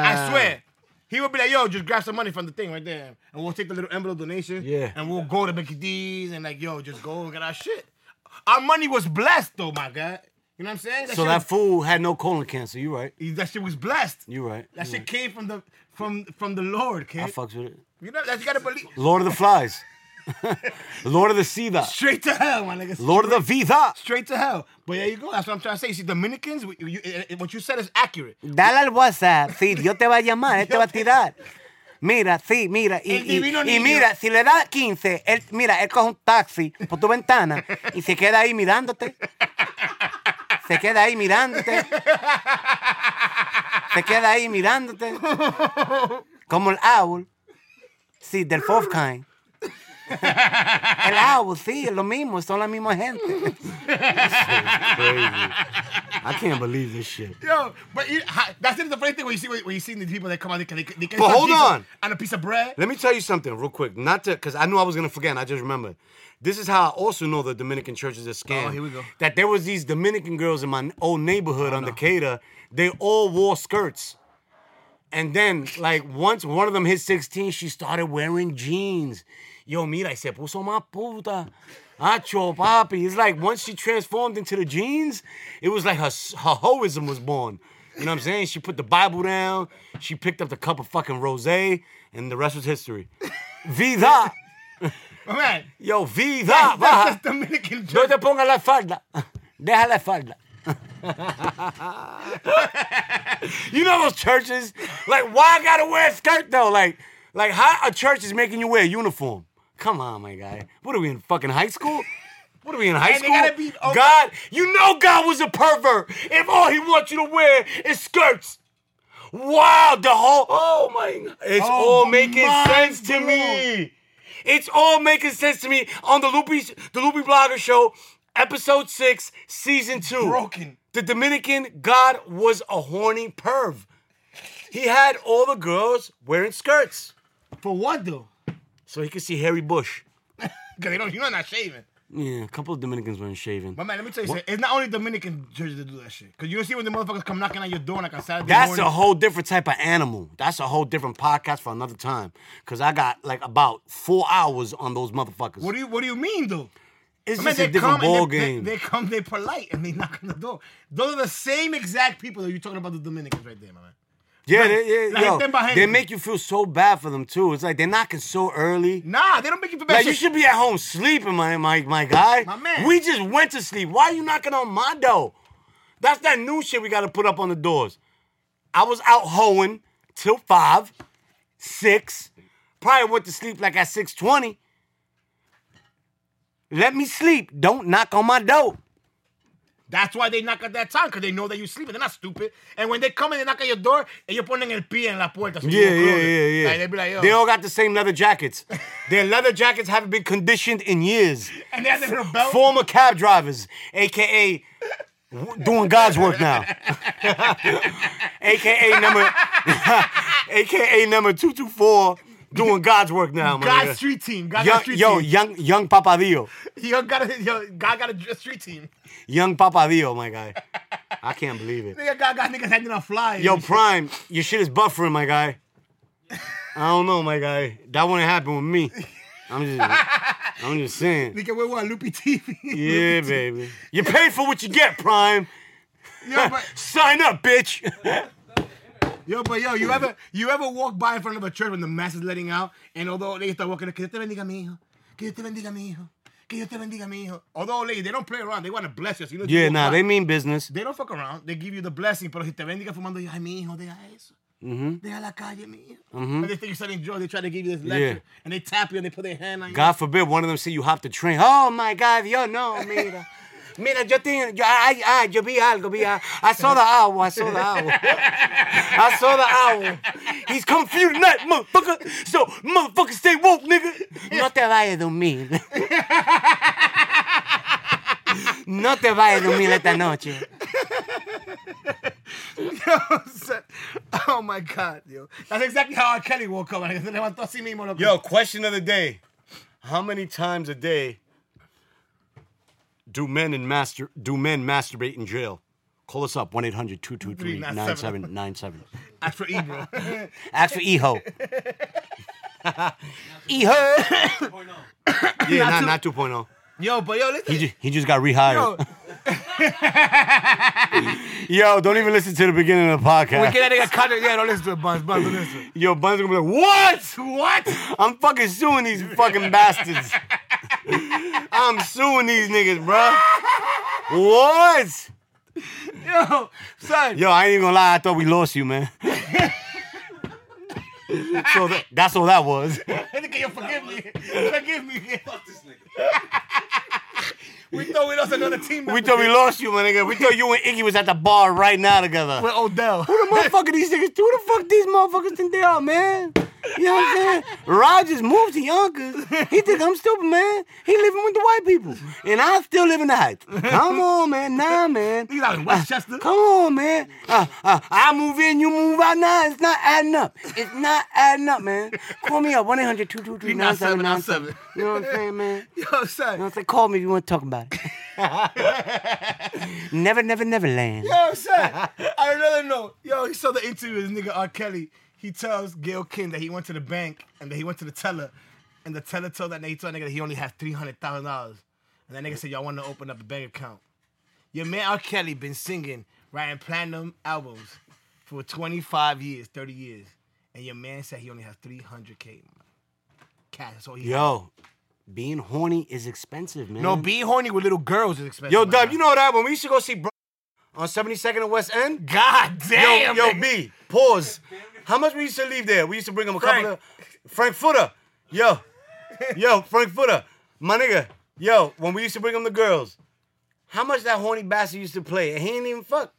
S2: I swear. He would be like, yo, just grab some money from the thing right there. And we'll take the little envelope donation.
S1: Yeah.
S2: And we'll go to Mickey D's and like, yo, just go and get our shit. Our money was blessed though, my guy. You know what I'm saying?
S1: So
S2: shit-
S1: that fool had no colon cancer. You right.
S2: That shit was blessed.
S1: You right.
S2: That
S1: you
S2: shit
S1: right.
S2: came from the from from the Lord,
S1: I
S2: kid.
S1: fucks with it.
S2: You know that you gotta believe
S1: Lord of the Flies. (laughs) Lord of the Sida.
S2: straight to hell, my nigga.
S1: Lord of the Vida.
S2: Straight to hell. But there you go. That's what I'm trying to say. You see, Dominicans, what you, you- what you said is accurate.
S1: Dale al WhatsApp. Sí, Dios te va a llamar. Él te va a tirar. Mira, sí, mira. Y,
S2: El
S1: y-
S2: divino
S1: y
S2: niño.
S1: mira, si le das 15, él, mira, él coge un taxi por tu ventana y se queda ahí mirándote. Se queda ahí mirándote. Se queda ahí mirándote. Como el owl. Sí, del fourth kind. El owl, sí, es lo mismo. Son la misma gente. I can't believe this shit.
S2: Yo, but you, ha- that's the funny thing when you see when you see the people that come out, they, they, they
S1: But hold on.
S2: and a piece of bread.
S1: Let me tell you something real quick. Not to, because I knew I was gonna forget. And I just remembered. This is how I also know the Dominican church is a scam.
S2: Oh, here we go. Oh,
S1: That there was these Dominican girls in my old neighborhood on the Decatur. They all wore skirts. And then, like, once one of them hit 16, she started wearing jeans. Yo, mira, y se puso más puta. Acho, papi. It's like once she transformed into the jeans, it was like her, s- her hoism was born. You know what I'm saying? She put the Bible down. She picked up the cup of fucking rosé, and the rest was
S2: (laughs)
S1: history. Vida.
S2: My man,
S1: Yo, vida.
S2: that's
S1: Baja.
S2: just Dominican.
S1: No te pongas la falda. Deja la falda. you know those churches? Like, why I gotta wear a skirt though? Like, like how a church is making you wear a uniform? Come on, my guy. What are we in fucking high school? What are we in high
S2: And they
S1: school?
S2: gotta be- oh-
S1: God, you know God was a pervert if all he wants you to wear is skirts. Wow, the whole oh my God. it's
S2: Oh
S1: all making
S2: my
S1: sense to me. It's all making sense to me on the Loopy the Loopy Blogger Show, episode six, season two.
S2: Broken.
S1: The Dominican God was a horny perv. He had all the girls wearing skirts
S2: For what though?
S1: so he could see Harry Bush.
S2: Because they don't, you're not shaving.
S1: Yeah, a couple of Dominicans weren't shaving.
S2: But man, let me tell you something. It's not only Dominican churches that do that shit. Because you don't see when the motherfuckers come knocking on your door like on Saturday
S1: That's
S2: morning.
S1: a whole different type of animal. That's a whole different podcast for another time. Cause I got like about four hours on those motherfuckers.
S2: What do you What do you mean though?
S1: It's
S2: I
S1: just
S2: mean,
S1: a different
S2: and
S1: ball
S2: they,
S1: game.
S2: They, they come, they polite, and they (laughs) knock on the door. Those are the same exact people that you're talking about, the Dominicans, right there, my man.
S1: yeah, they, yeah,
S2: like
S1: yo,
S2: them behind
S1: they
S2: you.
S1: make you feel so bad for them too. It's like they're knocking so early.
S2: Nah, they don't make you feel bad.
S1: Like you
S2: Shit.
S1: should be at home sleeping, my my my guy.
S2: My man.
S1: We just went to sleep. Why are you knocking on my door? That's that new shit we gotta put up on the doors. I was out hoeing till five, six. Probably went to sleep like at six twenty. Let me sleep. Don't knock on my door.
S2: That's why they knock at that time, because they know that you're sleeping. They're not stupid. And when they come and they knock at your door, ellos ponen el pie en la puerta. so you
S1: Yeah,
S2: don't
S1: yeah,
S2: close it.
S1: yeah, yeah.
S2: Like, they be like, yo.
S1: They all got the same leather
S2: (laughs)
S1: jackets. Their leather jackets haven't been conditioned in years.
S2: and they have their little
S1: (laughs)
S2: belt.
S1: former cab drivers, aka w- doing God's work now, (laughs) aka number, (laughs) aka number two two four, doing God's work now, my
S2: God
S1: nigga.
S2: street team. God got a
S1: Young,
S2: street
S1: yo,
S2: team.
S1: young, young Papadillo,
S2: Yo, got a, yo, God got a street team.
S1: young Papadillo, my guy. I can't believe it.
S2: Nigga, God got niggas handing out flyers.
S1: Yo,
S2: and shit.
S1: Prime, your shit is buffering, my guy. I don't know, my guy. That wouldn't happen with me. I'm just, I'm just
S2: (laughs)
S1: saying.
S2: nigga, we want loopy TV. (laughs)
S1: Yeah, baby. You pay for what you get, Prime.
S2: yo, but,
S1: Sign up, bitch. (laughs)
S2: yo, but yo, you ever you ever walk by in front of a church when the mass is letting out, and although they start walking, que Dios te bendiga, mi hijo. Que Dios te bendiga, mi hijo. Que Dios te bendiga, mi hijo. Although, ladies, they don't play around. They want to bless us. You know,
S1: Yeah,
S2: walk
S1: nah,
S2: by.
S1: they mean business.
S2: They don't fuck around. They give you the blessing. Pero si te bendiga fumando, ay, mi hijo, deja eso.
S1: Mm-hmm.
S2: Deja la calle, mi hijo. And they think you're selling drugs. They try to give you this lecture. And they tap you and they put their hand on you.
S1: God forbid one of them see you hop the train. Oh my God, yo no, mira. Mira, yo tengo, yo, I, I, yo vi algo, vi algo. I saw the owl, I saw the owl. I saw the owl. He's come for you tonight, motherfucker. So, motherfucker, stay woke, nigga. No te vayas a dormir. No te vayas a dormir esta noche.
S2: (laughs) oh, my God, yo. That's exactly how R. Kelly woke up. Se (laughs) levantó así mismo. loco.
S1: Yo, question of the day. How many times a day do men in master do men masturbate in jail? Call us up 1-800-223-9797.
S2: That's for (laughs) Ebro.
S1: Ask for Eho. (laughs) Eho.
S3: Point out.
S1: Yeah, not oh. not 2.0.
S2: yo, but yo, listen.
S1: (laughs) He just, he just got rehired.
S2: Yo,
S1: Yo, don't even listen to the beginning of the
S2: We
S1: podcast.
S2: get that nigga cut. Yeah, don't listen to it, Buns. Buns, don't listen.
S1: Yo, Bun's gonna be like, what?
S2: (laughs) What?
S1: I'm fucking suing these fucking bastards. I'm suing these niggas, bro. What?
S2: Yo, son.
S1: Yo, I ain't even gonna lie. I thought we lost you, (laughs) man. so that, that's all that was.
S2: Nigga, yo, forgive me. Forgive me.
S3: Fuck this nigga.
S2: (laughs) We thought we lost another team.
S1: We thought we lost you, my nigga. We thought you and Iggy was at the bar right now together.
S2: with Odell. (laughs)
S1: Who the motherfucker these niggas? Who the fuck these motherfuckers think they are, man? You know what I'm saying? Rogers moved to Yonkers. He think I'm stupid, man. He living with the white people, and I still live in the Heights. Come on, man. Nah, man.
S2: He's out in Westchester.
S1: Come on, man. Uh, uh, I move in, you move out now. It's not adding up. It's not adding up, man. Call me up 1 800 223
S2: 9797.
S1: You know what I'm saying, man? You
S2: (laughs) Yo,
S1: know what
S2: son.
S1: I'm saying? Call me if you want to talk about (laughs) it. never, never, never land.
S2: Yo, son.
S1: (laughs)
S2: On another note, yo, he saw the interview with this nigga R. Kelly. He tells Gail King that he went to the bank and that he went to the teller. And the teller told that nigga, he told that nigga that he only has $300,000. And that nigga said, y'all want to open up a bank account. Your man R. Kelly been singing, writing platinum albums for 25 years, 30 years. And your man said he only has 300K. Cash, that's all he has.
S1: Yo, being horny is expensive, man.
S2: No, being horny with little girls is expensive.
S1: Yo,
S2: my
S1: Dub,
S2: guy.
S1: you know that when we used to go see bro on 72nd and West End?
S2: God damn.
S1: yo, yo,
S2: nigga.
S1: B, pause. How much we used to leave there? We used to bring him a couple
S2: Frank.
S1: of Frank Footer. Yo, yo, Frank Footer, my nigga. Yo, when we used to bring him the girls, how much that horny bastard used to play? And he ain't even fuck.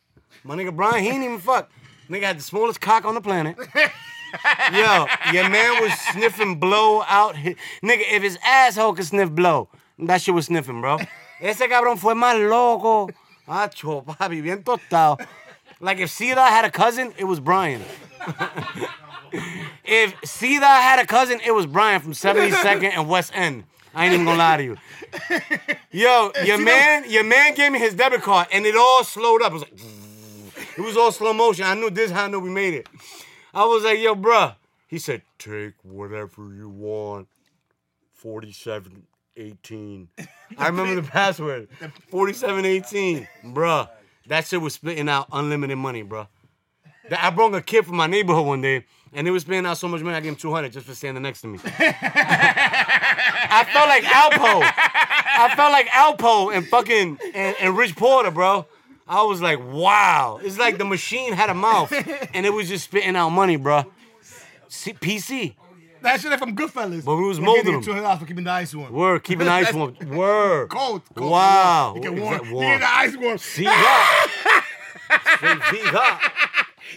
S1: My nigga Brian, he ain't even fuck. Nigga had the smallest cock on the
S2: (laughs)
S1: planet. Yo, your man was sniffing blow out. His, nigga, if his asshole could sniff blow, that shit was sniffing, bro. Ese cabrón fue más loco. Acho, papi, bien tostado. Like if Sida had a cousin, it was Brian. (laughs) if Sida had a cousin, it was Brian from 72nd and West End. I ain't even gonna lie to you. Yo, your man, your man gave me his debit card and it all slowed up. It was like, it was all slow motion. I knew this is how I knew we made it. I was like, yo, bruh. He said, take whatever you want. 4718. (laughs) I remember the password. 4718. Bruh. That shit was splitting out unlimited money, bruh. That- I brought a kid from my neighborhood one day, and they was spitting out so much money, I gave him 200 just for standing next to me. I felt like Alpo. I felt like Alpo and fucking and, and Rich Porter, bro. I was like, wow. It's like the machine had a mouth, and it was just spitting out money, bro. C- PC.
S2: That shit from Goodfellas.
S1: But we was
S2: They
S1: molding
S2: give you
S1: him.
S2: $200 for keeping the ice warm.
S1: Word, keeping the ice warm. (laughs) Word.
S2: Cold. cold
S1: Wow.
S2: You get
S1: Is
S2: warm.
S1: that
S2: You
S1: warm?
S2: get the ice warm.
S1: See that? Straight see that?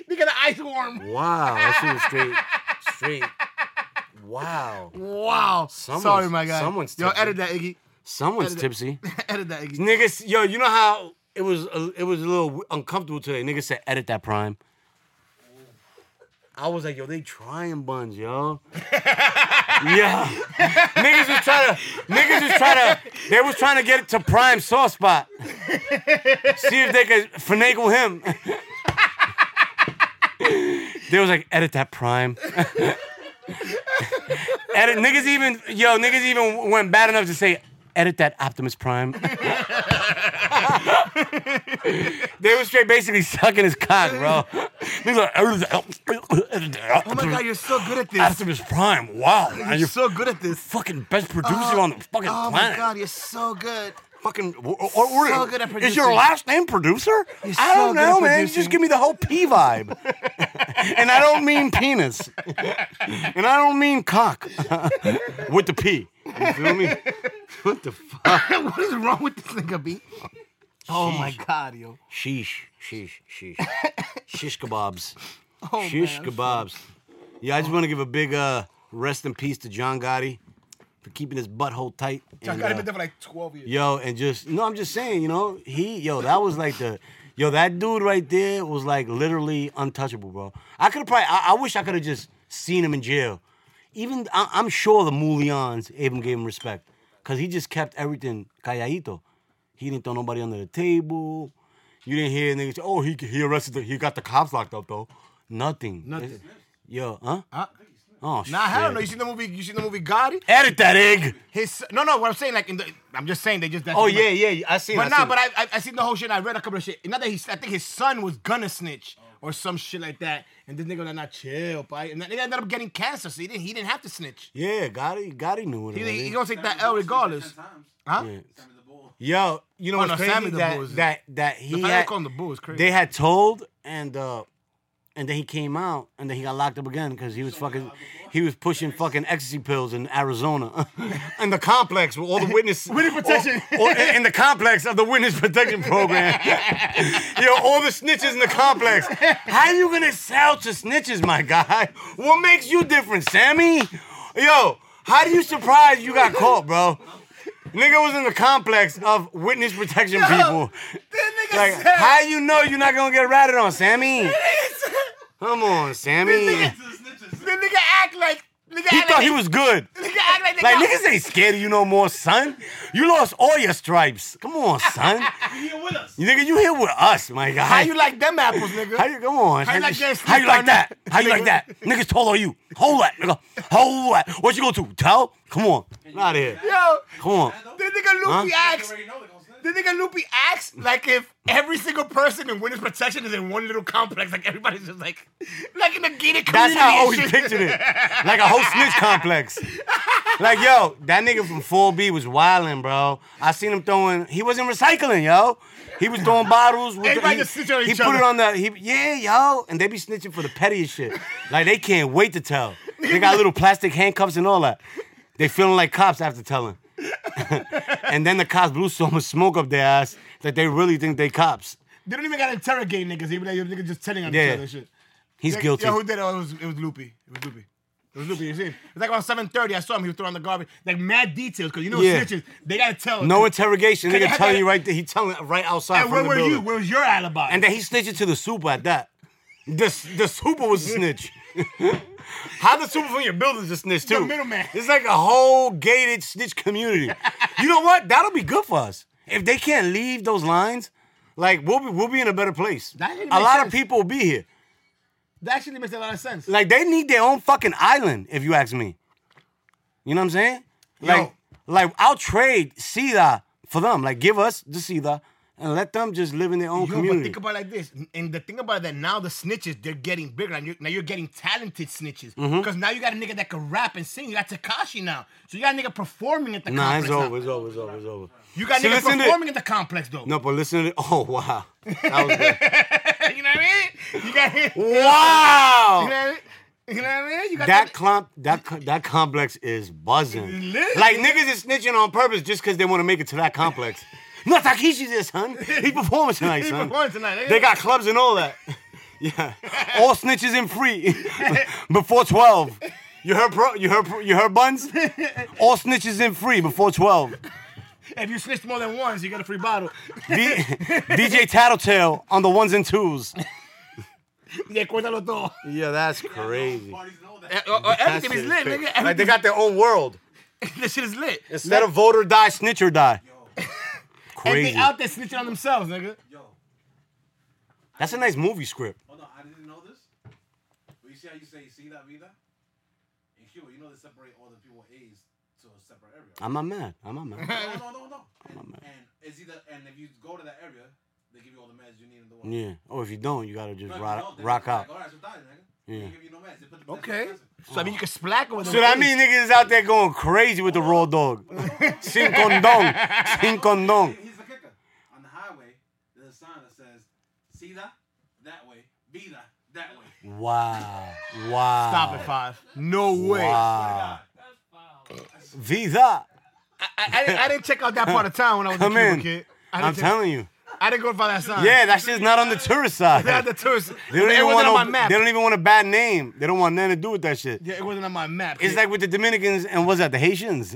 S2: You get the ice warm.
S1: Wow, that shit was straight, straight. Wow,
S2: Wow.
S1: Someone's-
S2: Sorry, my guy.
S1: someone's
S2: Yo,
S1: tipsy.
S2: edit that, Iggy. (laughs)
S1: someone's tipsy.
S2: edit that,
S1: (laughs)
S2: Iggy.
S1: Niggas, yo, you know how it was? A, it was a little uncomfortable today. Niggas said, "Edit that prime." I was like, "Yo, they trying buns, yo." yeah, niggas was trying to, niggas was trying to, they was trying to get it to prime soft spot. See if they could finagle him. (laughs) they was like, "Edit that prime." (laughs) Edit niggas even yo niggas even went bad enough to say edit that Optimus Prime. (laughs) they were straight basically sucking his cock, bro. Niggas like, "Edit that- edit that
S2: Oh my God, you're so good at this.
S1: Optimus Prime. Wow, man,
S2: You're
S1: you're
S2: so good
S1: (laughs)
S2: at this.
S1: fucking best producer on the fucking
S2: Oh my
S1: planet.
S2: God, you're so good. (laughs)
S1: Fucking or, or, or-
S2: So good at
S1: is
S2: producing.
S1: your last name producer?
S2: You're
S1: I
S2: so
S1: don't
S2: good
S1: know,
S2: at
S1: man. You
S2: producing.
S1: just give me the whole P
S2: (laughs)
S1: vibe, and I don't mean penis, and I don't mean cock (laughs) with the P. You feel
S2: (laughs)
S1: me? What the fuck?
S2: what is wrong with this nigga, B?
S1: (laughs)
S2: Oh my God, yo.
S1: Sheesh, sheesh, sheesh, shish kebabs,
S2: (laughs) Oh,
S1: shish
S2: man.
S1: kebabs. Yeah, I just want to give a big uh, rest in peace to John Gotti for keeping his butthole tight.
S2: I've
S1: and,
S2: got
S1: uh,
S2: been there for like 12 years.
S1: Yo, and just no, I'm just saying, you know, he yo, that was like the yo, that dude right there was like literally untouchable, bro. I could have probably I, I wish I could have just seen him in jail. Even I, I'm sure the Mulians even gave him respect. Cause he just kept everything calladito. He didn't throw nobody under the table. You didn't hear niggas say, oh, he he arrested the, he got the cops locked up though. Nothing.
S2: Nothing.
S1: Yo, huh?
S2: Huh?
S1: Oh shit.
S2: Nah, hell no. You seen the movie? You seen the movie Gotti?
S1: Edit that egg.
S2: His no, no. What I'm saying, like, in the, I'm just saying they just. that's-
S1: Oh yeah, yeah. I seen.
S2: But
S1: I
S2: nah,
S1: seen.
S2: but I, I I seen the whole shit. I read a couple of shit. Not that he, I think his son was gonna snitch or some shit like that. And this nigga like, not chill, pai. And then they ended up getting cancer, so he didn't he didn't have to snitch.
S1: yeah, Gotti, Gotti knew it.
S2: He,
S1: already.
S2: he gonna take that L regardless,
S1: Yeah.
S2: huh?
S3: Sammy the Bull.
S1: Yo, you know
S2: Oh,
S1: what's
S2: no,
S1: crazy?
S2: Sammy the
S1: that,
S2: Bull is-
S1: that that he
S2: The fact
S1: had,
S2: they call him the bull is crazy. (laughs)
S1: they had told and uh and then he came out and then he got locked up again because he was fucking he was pushing fucking ecstasy pills in Arizona (laughs) in the complex with all the (laughs) witness
S2: Witness protection.
S1: or, or in, in the complex of the witness protection (laughs) program. Yo, all the snitches in the complex. How you gonna sell to snitches, my guy? What makes you different, Sammy? Yo, how do you surprise you got caught, bro? Nigga was in the complex of witness protection
S2: Yo,
S1: people.
S2: That nigga
S1: Like,
S2: said-
S1: how you know you're not gonna get ratted on, Sammy? Come on, Sammy.
S2: nigga-
S3: To the snitches.
S2: The nigga act like
S1: He
S2: nigga act like
S1: thought he was good.
S2: nigga act like, they
S1: Like
S2: got-
S1: niggas ain't scared of you no more, son. You lost all your stripes. Come on,
S2: (laughs)
S1: son.
S3: You here with us?
S1: You nigga, you here with us, my guy.
S2: How you like them apples, nigga?
S1: How you come on?
S2: How you like that
S1: How you like
S2: sneak
S1: that?
S2: on
S1: How you like that? Niggas taller you. Hold that, nigga. Hold that. What you gonna do? Tell? Come on. Not here.
S2: Yo,
S1: Come on.
S2: the nigga Loopy
S3: You
S2: acts.
S3: already know they're gonna snitch.
S2: The nigga Loopy acts like if every single person in witness protection is in one little complex. Like everybody's just like, like in a gated community.
S1: That's how I
S2: and
S1: always
S2: shit.
S1: pictured it. Like a whole snitch complex. Like, yo, that nigga from 4B was wildin', bro. I seen him throwing, he wasn't recycling, yo. He was throwing bottles. With
S2: Everybody
S1: he,
S2: just snitch on
S1: he
S2: each
S1: put
S2: other.
S1: it on the, he, yeah, yo. And they be snitching for the pettiest shit. Like, they can't wait to tell. They got little plastic handcuffs and all that. They feeling like cops after telling. (laughs) and then the cops blew so much smoke up their ass that they really think they cops.
S2: They don't even gotta interrogate niggas. They be like, yo, nigga just telling on
S1: Yeah.
S2: each other and shit.
S1: He's
S2: Yo,
S1: guilty.
S2: Yo, who did it? Oh, it was it was Loopy. It was Loopy. It was Loopy. You see, it was like around seven thirty. I saw him. He was throwing the garbage. Like mad details, cause you know
S1: Yeah.
S2: snitches. They gotta tell.
S1: No interrogation.
S2: Can I
S1: Nigga
S2: have
S1: telling
S2: that-
S1: you right there. He telling right outside.
S2: And
S1: from
S2: where
S1: the
S2: were
S1: building.
S2: you? Where was your alibi?
S1: And then he snitched to the super at that. The, the super
S2: (laughs)
S1: was a snitch. How the super from your building's a snitch too?
S2: The middleman.
S1: It's like a whole gated snitch community. you know what? That'll be good for us. If they can't leave those lines, like we'll be we'll be in a better place.
S2: That actually
S1: A
S2: makes
S1: lot of
S2: sense.
S1: people will be here.
S2: that actually makes a lot of sense.
S1: Like they need their own fucking island, if you ask me. You know what I'm saying? Like like I'll trade Sida for them. Like give us the Sida and let them just live in their own
S2: Yo,
S1: community.
S2: but think about it like this, and the thing about it that now the snitches they're getting bigger, and you're, now you're getting talented snitches
S1: Mm-hmm.
S2: because now you got a nigga that can rap and sing. You got Takashi now, so you got a nigga performing at the
S1: Nah,
S2: complex.
S1: it's
S2: now.
S1: over, it's over, it's over, it's over.
S2: You got
S1: See,
S2: niggas
S1: listen to-
S2: performing at the complex though.
S1: No, but listen to Oh, wow. That was good.
S2: (laughs) you know what I mean? You got you know what
S1: wow!
S2: I mean? You know what I mean? You got
S1: That clump, that co- that complex is buzzing.
S2: Lit.
S1: Like niggas is snitching on purpose just because they want to make it to that
S2: (laughs)
S1: complex. no, Takeshi's there, son. He performing tonight,
S2: He
S1: son.
S2: performing tonight.
S1: They got clubs and all that. (laughs) Yeah, all snitches in free (laughs) before twelve. You heard, pro, you heard, pro, you heard,
S2: (laughs)
S1: buns. All snitches in free before twelve.
S2: if you snitch more than once, you get a
S1: (laughs)
S2: free bottle.
S1: D- DJ Tattletale on the ones and twos.
S2: yeah, cuéntalo todo.
S1: Yeah, that's crazy.
S3: Parties know that.
S2: Uh, uh, Everything is lit, nigga.
S1: Like they
S2: Everything,
S1: got their own world.
S2: (laughs) this shit is lit.
S1: Instead of vote or die, snitch or die. (laughs)
S2: And they
S1: Crazy.
S2: out there snitching on themselves, nigga.
S3: Yo,
S1: That's a nice movie script.
S3: hold on. I didn't know this. But you see how you say "see that vida"? In Cuba, you know they separate all the people with A's to a separate area.
S1: I'm not mad. I'm not mad.
S2: (laughs)
S3: No, no, no, no. And, and it's either and if you go to that area, they give you all the meds you need in the world.
S1: Yeah. Or if you don't, you gotta just
S3: No, if you
S1: rock,
S3: don't, they
S1: rock
S3: just
S1: out.
S3: like, All right, so die, nigga. They
S1: Yeah.
S3: give you no meds. They put the
S2: Okay.
S3: that's expensive.
S2: So I mean, you can splack with them.
S1: So that mean niggas is out there going crazy with the raw
S2: (laughs)
S1: dog. Sin condón. Sin condón.
S3: Here's the kicker. On the highway, there's a sign that says "see that that way, vida that way."
S1: Wow. Wow.
S2: Stop it, five. No way.
S1: Wow. Visa.
S2: I, I, I didn't check out that part of town when I was
S1: Come
S2: a Cuban
S1: in.
S2: kid. I didn't
S1: I'm
S2: check-
S1: telling you.
S2: I didn't go for that sign. (laughs)
S1: Yeah, that shit's not on the tourist side.
S2: They had the tourist.
S1: They don't,
S2: it
S1: even
S2: wasn't
S1: want
S2: on my
S1: no-
S2: map.
S1: they don't even want a bad name. They don't want nothing to do with that shit.
S2: Yeah, it wasn't on my map.
S1: It's
S2: kid.
S1: like with the Dominicans and what's that? The Haitians.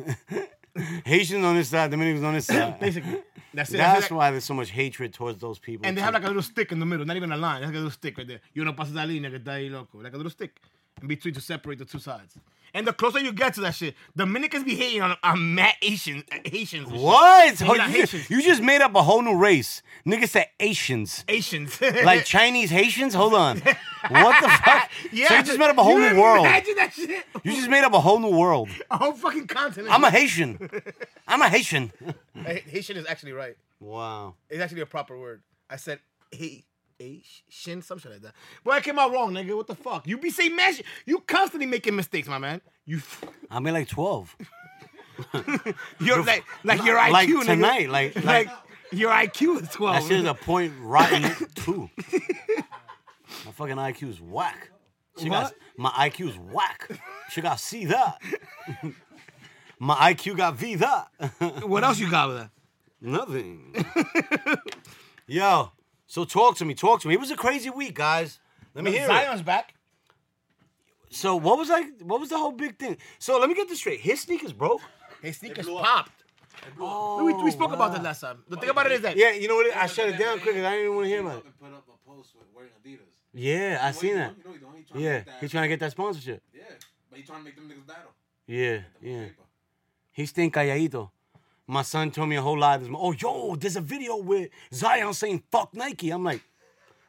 S1: (laughs) Haitians on this side, Dominicans on this
S2: (clears throat)
S1: side.
S2: basically that's it.
S1: That's
S2: That's like,
S1: why there's so much hatred towards those people.
S2: and they
S1: too.
S2: have like a little stick in the middle, not even a line. That's like a little stick right there. You know, pasas la línea que está ahí loco, like a little stick. in between to separate the two sides. And the closer you get to that shit, Dominicans be hating on, on mad Asian, Haitians. and shit.
S1: What?
S2: Yeah,
S1: Oh,
S2: yeah,
S1: you,
S2: Haitians.
S1: just, you just made up a whole new race. Niggas said Asians.
S2: Haitians. (laughs)
S1: Like Chinese Haitians? Hold on. What the fuck? So you just made up a whole
S2: You
S1: new world.
S2: Imagine that shit. (laughs)
S1: You just made up a whole new world.
S2: A whole fucking continent.
S1: I'm a
S2: (laughs)
S1: Haitian. I'm a Haitian.
S2: Ha- Haitian is actually right.
S1: Wow.
S2: It's actually a proper word. I said hey. Shin, some shit like that. But I came out wrong, nigga. What the fuck? You be saying man, you constantly making mistakes, my man. You, (laughs) f-
S1: I made like 12.
S2: you're like, like your IQ,
S1: like
S2: nigga.
S1: tonight, like-
S2: like
S1: like-
S2: your IQ is twelve.
S1: That shit is
S2: nigga.
S1: a point rotten two. My fucking IQ is whack. She got my IQ is whack. She got C that. my IQ got V that. (laughs)
S2: What else you got with that?
S1: Nothing. Yo, so talk to me, talk to me. It was a crazy week, guys. Let me hear it.
S2: Zion's back.
S1: So what was like? What was the whole big thing? So let me get this straight. His sneakers broke.
S2: His sneakers
S3: blew up.
S2: popped.
S1: Oh,
S2: we, we spoke about that
S1: wow.
S2: last time. The thing about it is that
S1: Yeah, you know what? I shut it
S3: Remember
S1: down
S3: that
S1: quick. 'cause I didn't even want to
S3: day
S1: hear
S3: he
S1: about it.
S3: fucking Put up a post with wearing Adidas.
S1: Yeah, I
S3: You know what
S1: seen
S3: he
S1: that.
S3: doing? You know he doing? He trying to
S1: Yeah,
S3: make that-
S1: he's trying to get that sponsorship.
S3: Yeah, but he trying to make them niggas battle.
S1: Yeah, yeah.
S3: Paper.
S1: He's staying calladito. My son told me a whole lot. This mo- oh, yo, there's a video with Zion saying "fuck Nike." I'm like,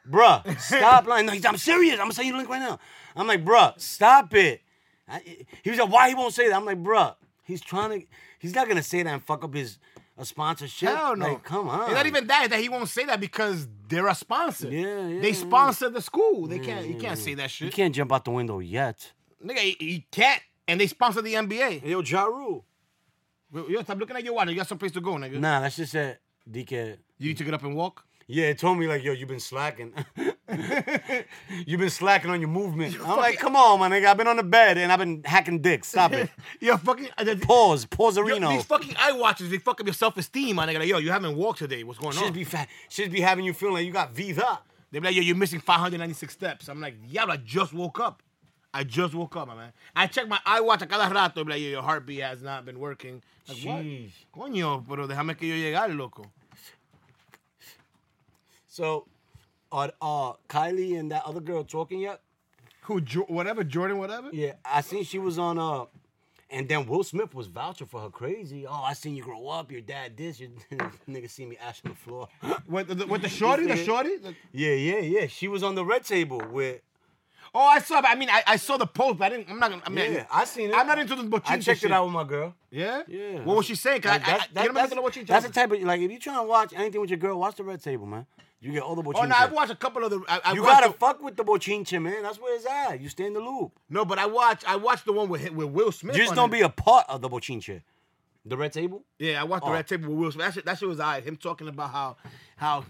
S1: bruh, stop lying. No, he's, I'm serious. I'm gonna send you the link right now. I'm like, bruh, stop it. I, he was like, why he won't say that? I'm like, bruh, he's trying to. He's not gonna say that and fuck up his a sponsorship.
S2: hell no,
S1: Like, come on.
S2: It's not even that it's that he won't say that because they're a sponsor.
S1: Yeah, yeah,
S2: They
S1: yeah.
S2: sponsor the school. They can't. You can't say that
S1: You
S2: shit.
S1: can't jump out the window yet.
S2: Nigga, he, he can't. And they sponsor the NBA.
S1: Yo, Ja Rule.
S2: Yo, stop looking at your watch. You got some place to go, nigga.
S1: Nah, that's just that. DK.
S2: You need to get up and walk.
S1: Yeah, it told me like, yo, you've been slacking. (laughs) you've been slacking on your movement. I'm like, come on, my nigga. I've been on the bed and I've been hacking dick. Stop
S2: (laughs)
S1: it.
S2: (laughs) Yo, fucking. uh, the-
S1: Pause.
S2: yo,
S1: Pauserino.
S2: these fucking eye watches, they fuck up your self esteem, my nigga. Like, yo, you haven't walked today. What's going on?
S1: Should be fa- should be having you feeling like you got Viva.
S2: They be like, yo, you're missing 596 steps. I'm like, yeah, but I just woke up. I just woke up, my man. I check my eye watch a cada rato. Be like, yo, your heartbeat has not been working. Like,
S1: Jeez.
S2: what? Coño, pero déjame que yo llegar, loco.
S1: So, are uh, Kylie and that other girl talking yet?
S2: Who, jo- whatever, Jordan, whatever?
S1: Yeah, I seen she was on uh, and then Will Smith was vouching for her crazy. Oh, I seen you grow up. Your dad this. Your (laughs) nigga see me ash on the floor. (laughs)
S2: With, the, (laughs) with the shorty, the
S1: see it?
S2: shorty? The-
S1: yeah, yeah, yeah. She was on the red table with.
S2: oh, I saw, but I mean, I, I saw the post, but I didn't, I'm not gonna, I mean,
S1: Yeah, I seen it.
S2: I'm not into this bochinche
S1: I checked
S2: shit.
S1: it out with my girl.
S2: Yeah?
S1: Yeah.
S2: What was she saying? 'Cause
S1: Like,
S2: I, I,
S1: that's,
S2: I,
S1: that-
S2: you
S1: that's,
S2: know what you
S1: that's the type of like if you trying to watch anything with your girl, watch the red table, man. You get all the bochinche.
S2: Oh, no, I've watched a couple of the. I, I
S1: you
S2: watched
S1: gotta
S2: the-
S1: fuck with the bochinche, man. That's where it's at. You stay in the loop.
S2: No, but I watched, I watched the one with, him- with Will Smith.
S1: Just
S2: on
S1: don't
S2: it.
S1: be a part of the bochinche. The red table.
S2: Yeah, I watched the
S1: Oh.
S2: red tape with Will Smith. That shit, that shit was alright. Him talking about how, how,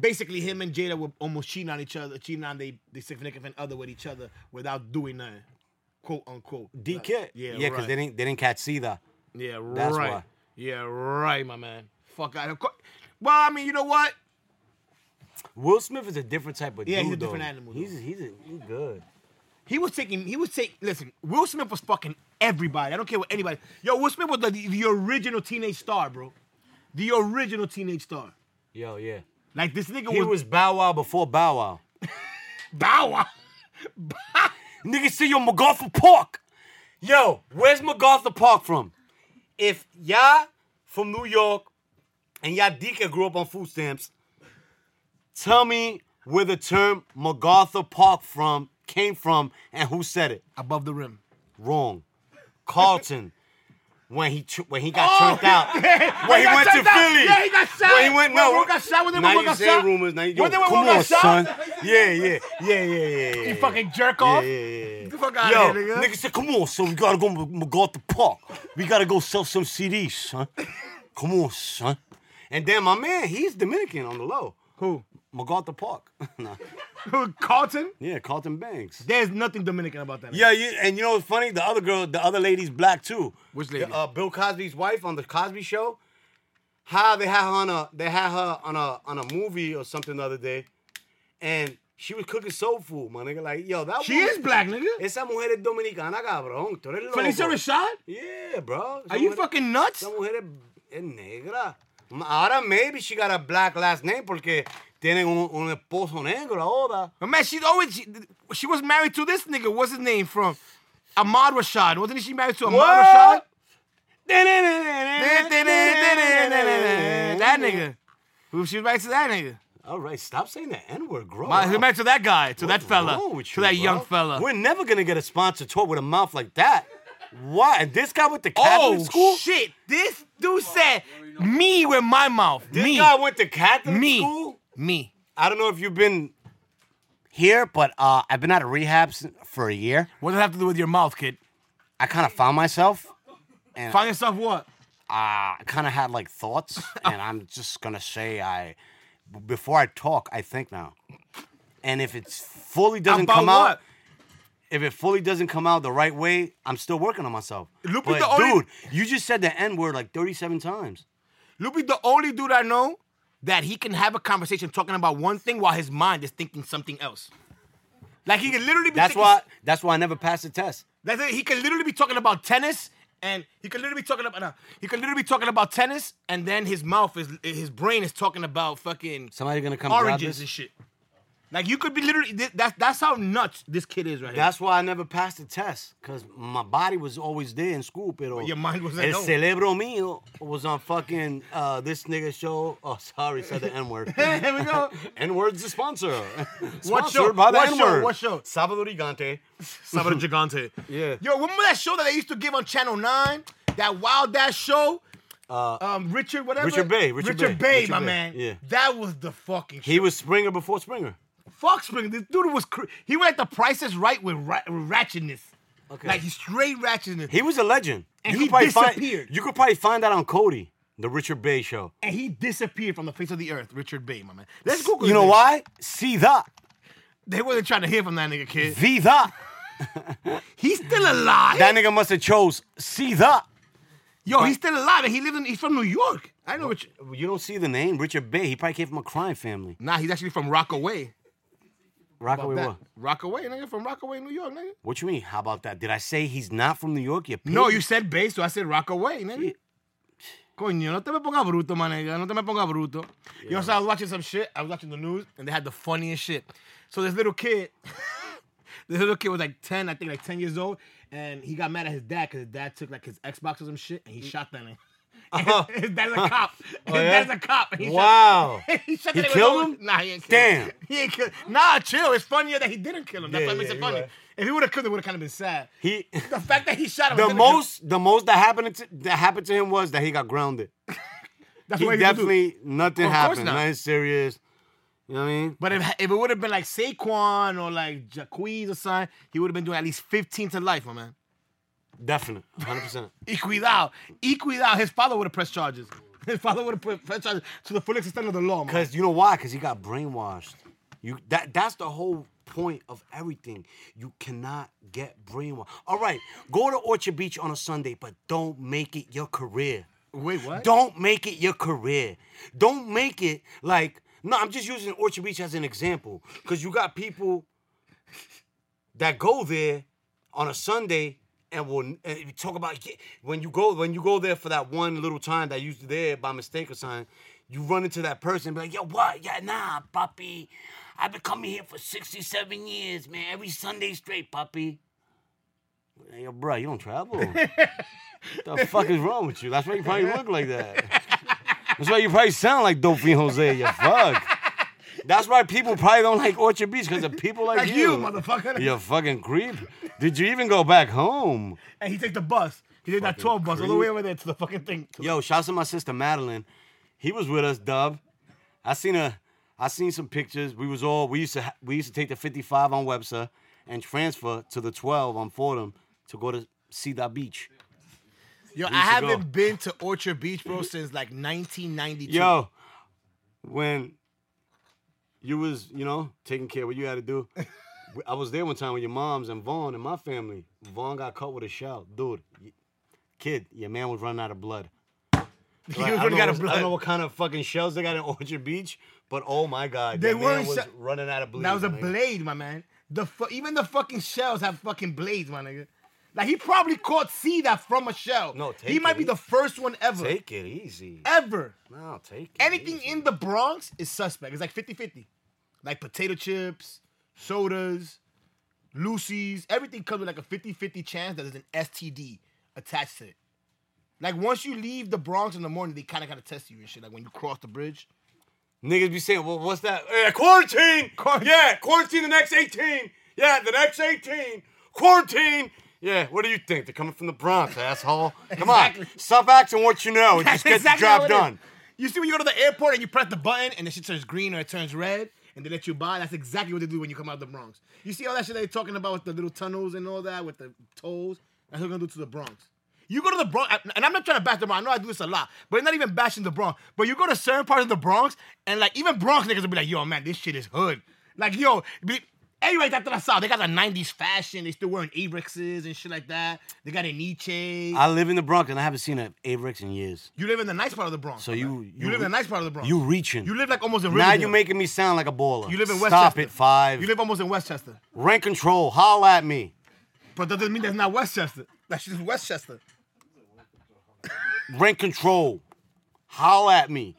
S2: basically him and Jada were almost cheating on each other, cheating on they they significant other with each other without doing nothing, quote unquote.
S1: DK.
S2: Like, yeah,
S1: yeah,
S2: right.
S1: they didn't they didn't catch Sida.
S2: yeah,
S1: That's
S2: right.
S1: why.
S2: Yeah, right, my man. Fuck out. Of course. Well, I mean, you know what?
S1: Will Smith is a different type of
S2: Yeah,
S1: dude.
S2: he's a different
S1: though.
S2: animal,
S1: He's
S2: though.
S1: he's a, he's good.
S2: He was taking. He was taking. Listen, Will Smith was fucking everybody. I don't care what anybody. Yo, Will Smith was the, the original teenage star, bro. The original teenage star.
S1: Yo, yeah.
S2: Like this nigga
S1: He was Bow Wow before Bow Wow.
S2: Bow Wow.
S1: Nigga, see your MacArthur Park. Yo, where's MacArthur Park from? If y'all from New York and y'all DK grew up on food stamps, tell me where the term MacArthur Park from came from and who said it.
S2: Above the rim.
S1: Wrong. Carlton. (laughs) When he tr- when he got
S2: Oh,
S1: turned
S2: (laughs)
S1: out, when he
S2: got
S1: went to
S2: turned out.
S1: Philly,
S2: Yeah, he got shot.
S1: When he went, no,
S2: When Will got shot, when they
S1: now
S2: were
S1: you
S2: got
S1: say
S2: shot.
S1: rumors. Now you, yo,
S2: When they were
S1: come
S2: got
S1: on,
S2: shot. (laughs)
S1: son. Yeah, yeah, yeah, yeah, yeah. yeah,
S2: You
S1: yeah.
S2: fucking jerk off.
S1: Yeah, yeah, yeah, yeah.
S2: the fuck outta
S1: Yo,
S2: here, nigga.
S1: Nigga said, come on, son, we gotta go to MacArthur Park. We gotta go sell some CDs, son. Come on, son. And then my man, he's Dominican on the low.
S2: Who?
S1: MacArthur Park. (laughs) Nah.
S2: Who? Carlton?
S1: Yeah, Carlton Banks.
S2: There's nothing Dominican about that.
S1: Yeah, you, and you know what's funny? The other girl, the other lady's black too.
S2: Which lady?
S1: The, Uh, Bill Cosby's wife on the Cosby Show. How they had her on a they had her on a on a movie or something the other day, and she was cooking soul food, my nigga. Like, yo, that
S2: She
S1: woman-
S2: is black, nigga.
S1: Esa mujer es dominicana, cabrón. Tú eres loco.
S2: Felicia Rashad?
S1: Yeah, bro. Esa
S2: Are you
S1: mujer-
S2: fucking nuts?
S1: Esa mujer es, es negra. Ahora maybe she got a black last name porque tienen un, un esposo negro ahora.
S2: But man, she's always she, she was married to this nigga. What's his name from? Ahmad Rashad. Wasn't she married to Ahmad Rashad?
S1: What?
S2: that nigga. Who She was married to that nigga.
S1: All right, stop saying the N word, grow
S2: My,
S1: up.
S2: She was married to that guy, to that
S1: What's
S2: fella,
S1: wrong with
S2: to
S1: you,
S2: that
S1: bro?
S2: young fella.
S1: We're never gonna get a sponsor talk with a mouth like that. Why? And this guy with the Catholic
S2: oh
S1: school?
S2: shit! This dude said me with my mouth.
S1: This
S2: me,
S1: guy went to Catholic
S2: me,
S1: school?
S2: me.
S1: I don't know if you've been here, but uh, I've been out of rehab s- for a year.
S2: What does that have to do with your mouth, kid?
S1: I kind of found myself. uh,
S2: Find yourself what?
S1: I kind of had like
S2: (laughs)
S1: thoughts, and I'm just gonna say I, b- before I talk, I think now. And if it's fully doesn't
S2: About
S1: come
S2: what?
S1: out, if it fully doesn't come out the right way, I'm still working on myself.
S2: Lupe
S1: but
S2: the only-
S1: dude, you just said the N word like 37 times.
S2: Loopy, the only dude I know that he can have a conversation talking about one thing while his mind is thinking something else. Like he can literally be.
S1: That's
S2: thinking-
S1: why. That's why I never passed the test.
S2: That's it. He can literally be talking about tennis, and he can literally be talking about. no, he can literally be talking about tennis, and then his mouth is his brain is talking about fucking
S1: Somebody gonna come grab
S2: oranges
S1: this.
S2: and shit. Like you could be literally. thi- That's that's how nuts this kid is right here.
S1: That's why I never passed the test, cause my body was always there in school, pero
S2: your mind wasn't
S1: El
S2: known.
S1: cerebro mío was on fucking uh, this nigga show. Oh, sorry, said the N
S2: (laughs)
S1: word.
S2: Here we go.
S1: N word's the sponsor. Sponsored
S2: What show?
S1: by the
S2: What
S1: N
S2: show?
S1: word.
S2: What show?
S1: Sábado Gigante. (laughs)
S2: Salvador Gigante.
S1: Yeah.
S2: Yo, remember that show that they used to give on Channel 9? That wild ass show? um, Richard, whatever.
S1: Uh, Richard Bay, Richard Bay,
S2: Bay,
S1: Richard
S2: my
S1: Bay,
S2: man.
S1: yeah.
S2: That was the fucking shit.
S1: He was Springer before Springer.
S2: Fuck Spring. This dude was. Cr- he went at the prices right with, ra- with ratchetness.
S1: Okay.
S2: Like, he's straight ratchetness.
S1: He was a legend.
S2: And
S1: you
S2: he
S1: could probably
S2: disappeared.
S1: Find, you could probably find that on Cody, the Richard Bay show.
S2: and he disappeared from the face of the earth, Richard Bay, my man. Let's Google
S1: You know
S2: this.
S1: why? See that.
S2: They wasn't trying to hear from that nigga, kid.
S1: See that.
S2: He's still alive.
S1: That nigga must have chose see that.
S2: Yo, he's still alive, and he lives in. He's from New York. I know which.
S1: You don't see the name Richard Bay. He probably came from a crime family.
S2: Nah, he's actually from Rockaway.
S1: Rockaway
S2: that.
S1: what?
S2: Rockaway, nigga, from Rockaway, New York, nigga.
S1: What you mean? How about that? Did I say he's not from New York? You
S2: No,
S1: pig?
S2: you said base, so I said Rockaway, nigga. Coño, no te me pongas bruto, my nigga. No te me pongas bruto. Yo, so I was watching some shit. I was watching the news, and they had the funniest shit. So this little kid, (laughs) this little kid was like 10, I think like 10 years old, and he got mad at his dad because his dad took like his Xbox or some shit, and he shot that nigga. (laughs) his dad's a cop. his
S1: yeah?
S2: dad's a cop. and (laughs) he shot-
S1: Wow.
S2: (laughs) he shut
S1: He
S2: that nigga
S1: killed
S2: down.
S1: him?
S2: Nah, he ain't killed him. (laughs)
S1: Damn.
S2: He ain't kill. Nah, chill. It's funnier that he didn't kill him. That's
S1: Yeah,
S2: what makes
S1: yeah,
S2: it
S1: you
S2: funny.
S1: right.
S2: If he would have killed him, would have kind of been sad. (laughs)
S1: he
S2: The fact that he shot him.
S1: the
S2: instead of
S1: most the most that happened to, that happened to him was that he got grounded.
S2: kill- that's
S1: He
S2: what would do.
S1: definitely nothing
S2: Of course
S1: happened.
S2: not.
S1: Nothing serious. You know what I mean?
S2: But if, if it would have been like Saquon or like Jaquiz or something, he would have been doing at least 15 to life, my man.
S1: Definite,
S2: (laughs)
S1: hundred percent.
S2: Y cuidado. Y cuidado. His father would have pressed charges. (laughs) His father would have put- pressed charges to the full extent of the law, man.
S1: Because you know why? Because he got brainwashed. You that that's the whole point of everything. You cannot get brainwashed. All right, go to Orchard Beach on a Sunday, but don't make it your career.
S2: Wait, what?
S1: Don't make it your career. Don't make it like no. I'm just using Orchard Beach as an example because you got people that go there on a Sunday and will and you talk about yeah, when you go when you go there for that one little time that you was there by mistake or something. You run into that person and be like, yo, what? Yeah, nah, puppy. I've been coming here for 67 years, man. Every Sunday straight, puppy. Yo, bro, you don't travel. the fuck is wrong with you? That's why you probably look like that. That's why you probably sound like Dolphin Jose. You fuck. That's why people probably don't like Orchard Beach because of people like,
S2: Like you, motherfucker.
S1: You fucking creep. Did you even go back home?
S2: And he takes the bus. He did that 12 bus all the way over there to the fucking thing.
S1: Yo, shouts to my sister Madeline. He was with us, Dub. I seen a, I seen some pictures. We was all we used to ha- we used to take the 55 on Webster and transfer to the 12 on Fordham to go to Cedar Beach.
S2: Yo,
S1: used
S2: I
S1: to
S2: haven't
S1: go.
S2: been to Orchard Beach, bro, since like 1992.
S1: Yo, when you was, you know, taking care of what you had to
S2: (laughs)
S1: do. I was there one time with your moms and Vaughn and my family. Vaughn got cut with a shell. Dude, y- kid, your man was running out of
S2: (laughs)
S1: blood.
S2: he
S1: Like,
S2: was
S1: I,
S2: running
S1: don't know
S2: out of
S1: what- I don't know
S2: blood.
S1: what kind of fucking shells they got in Orchard Beach, but oh my God,
S2: They
S1: your man
S2: weren't
S1: was
S2: shell-
S1: running out of blood.
S2: That was a blade, my man. The fu- even the fucking shells have fucking blades, my nigga. Like he probably caught C that from a shell.
S1: No,
S2: he
S1: take
S2: might
S1: it
S2: be the first one ever.
S1: Take it easy.
S2: Ever.
S1: No, take it.
S2: Eh, Anything
S1: easy.
S2: in the Bronx is suspect. It's like 50-50. Like potato chips, sodas, Lucy's, everything comes with like a 50-50 chance that there's an STD attached to it. Like once you leave the Bronx in the morning, they kind of kind of test you and shit. Like when you cross the bridge,
S1: Niggas be saying, well, what's that? Eh, quarantine! yeah, quarantine the next 18. Yeah, the next 18. Quarantine! Yeah, what do you think? They're coming from the Bronx, asshole. Come on.
S2: Exactly.
S1: Stop acting what you know and just
S2: (laughs)
S1: get the
S2: how
S1: job
S2: it is.
S1: done.
S2: You see when you go to the airport and you press the button and the shit turns green or it turns red and they let you buy. That's exactly what they do when you come out of the Bronx. You see all that shit they're talking about with the little tunnels and all that with the tolls. That's what they're gonna do to the Bronx. You go to the Bronx, and I'm not trying to bash the Bronx. I know I do this a lot, but it's not even bashing the Bronx. But you go to certain parts of the Bronx, and like even Bronx niggas will be like, "Yo, man, this shit is hood." Like, yo, be, everybody's after the South. They got the '90s fashion. They still wearing Abrexes and shit like that. They got a Nietzsche.
S1: I live in the Bronx and I haven't seen an Avrex in years.
S2: You live in the nice part of the Bronx.
S1: So
S2: my
S1: you-
S2: man. you
S1: you-
S2: live in the nice part of the Bronx.
S1: You reaching.
S2: You live like almost in
S1: now
S2: Riverdale.
S1: you're making me sound like a baller.
S2: You live in Westchester.
S1: Stop it, five.
S2: You live almost in Westchester,
S1: Rent control. Holla at me.
S2: but that doesn't mean that's not Westchester. That's just Westchester.
S1: Rent control. Holla at me.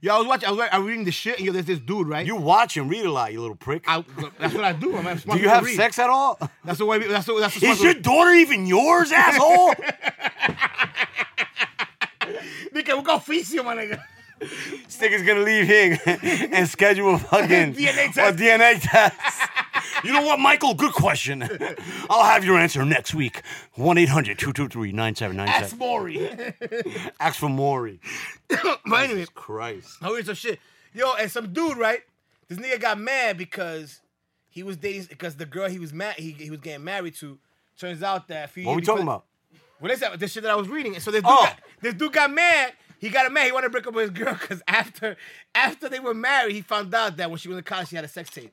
S2: Yo, I was watching. I was, I was reading the shit, and yo, there's this dude, right?
S1: You watch and read a lot, you little prick.
S2: I, that's what I do. I'm a smart
S1: do you
S2: to
S1: have
S2: read.
S1: sex at all?
S2: That's the way. we- That's the. That's the smart
S1: Is your daughter even yours,
S2: (laughs)
S1: asshole?
S2: Nigga, we got feces, my nigga.
S1: This nigga's gonna leave here (laughs) and schedule a fucking
S2: DNA
S1: a (laughs)
S2: test.
S1: DNA test. You know what, Michael? Good question. (laughs) I'll have your answer next week. 1 800 223
S2: That's
S1: 9797.
S2: Maury.
S1: Ask for Maury.
S2: (laughs) but anyway,
S1: Christ.
S2: I heard some shit. Yo, and some dude, right? This nigga got mad because he was dating because the girl he was mad he, he was getting married to. Turns out that a few
S1: What are
S2: years
S1: we talking
S2: before-
S1: about?
S2: Well, that's that- the shit that I was reading. And so this dude,
S1: Oh.
S2: got, this dude got mad. He got mad. He wanted to break up with his girl because after after they were married, he found out that when she was in college, she had a sex tape.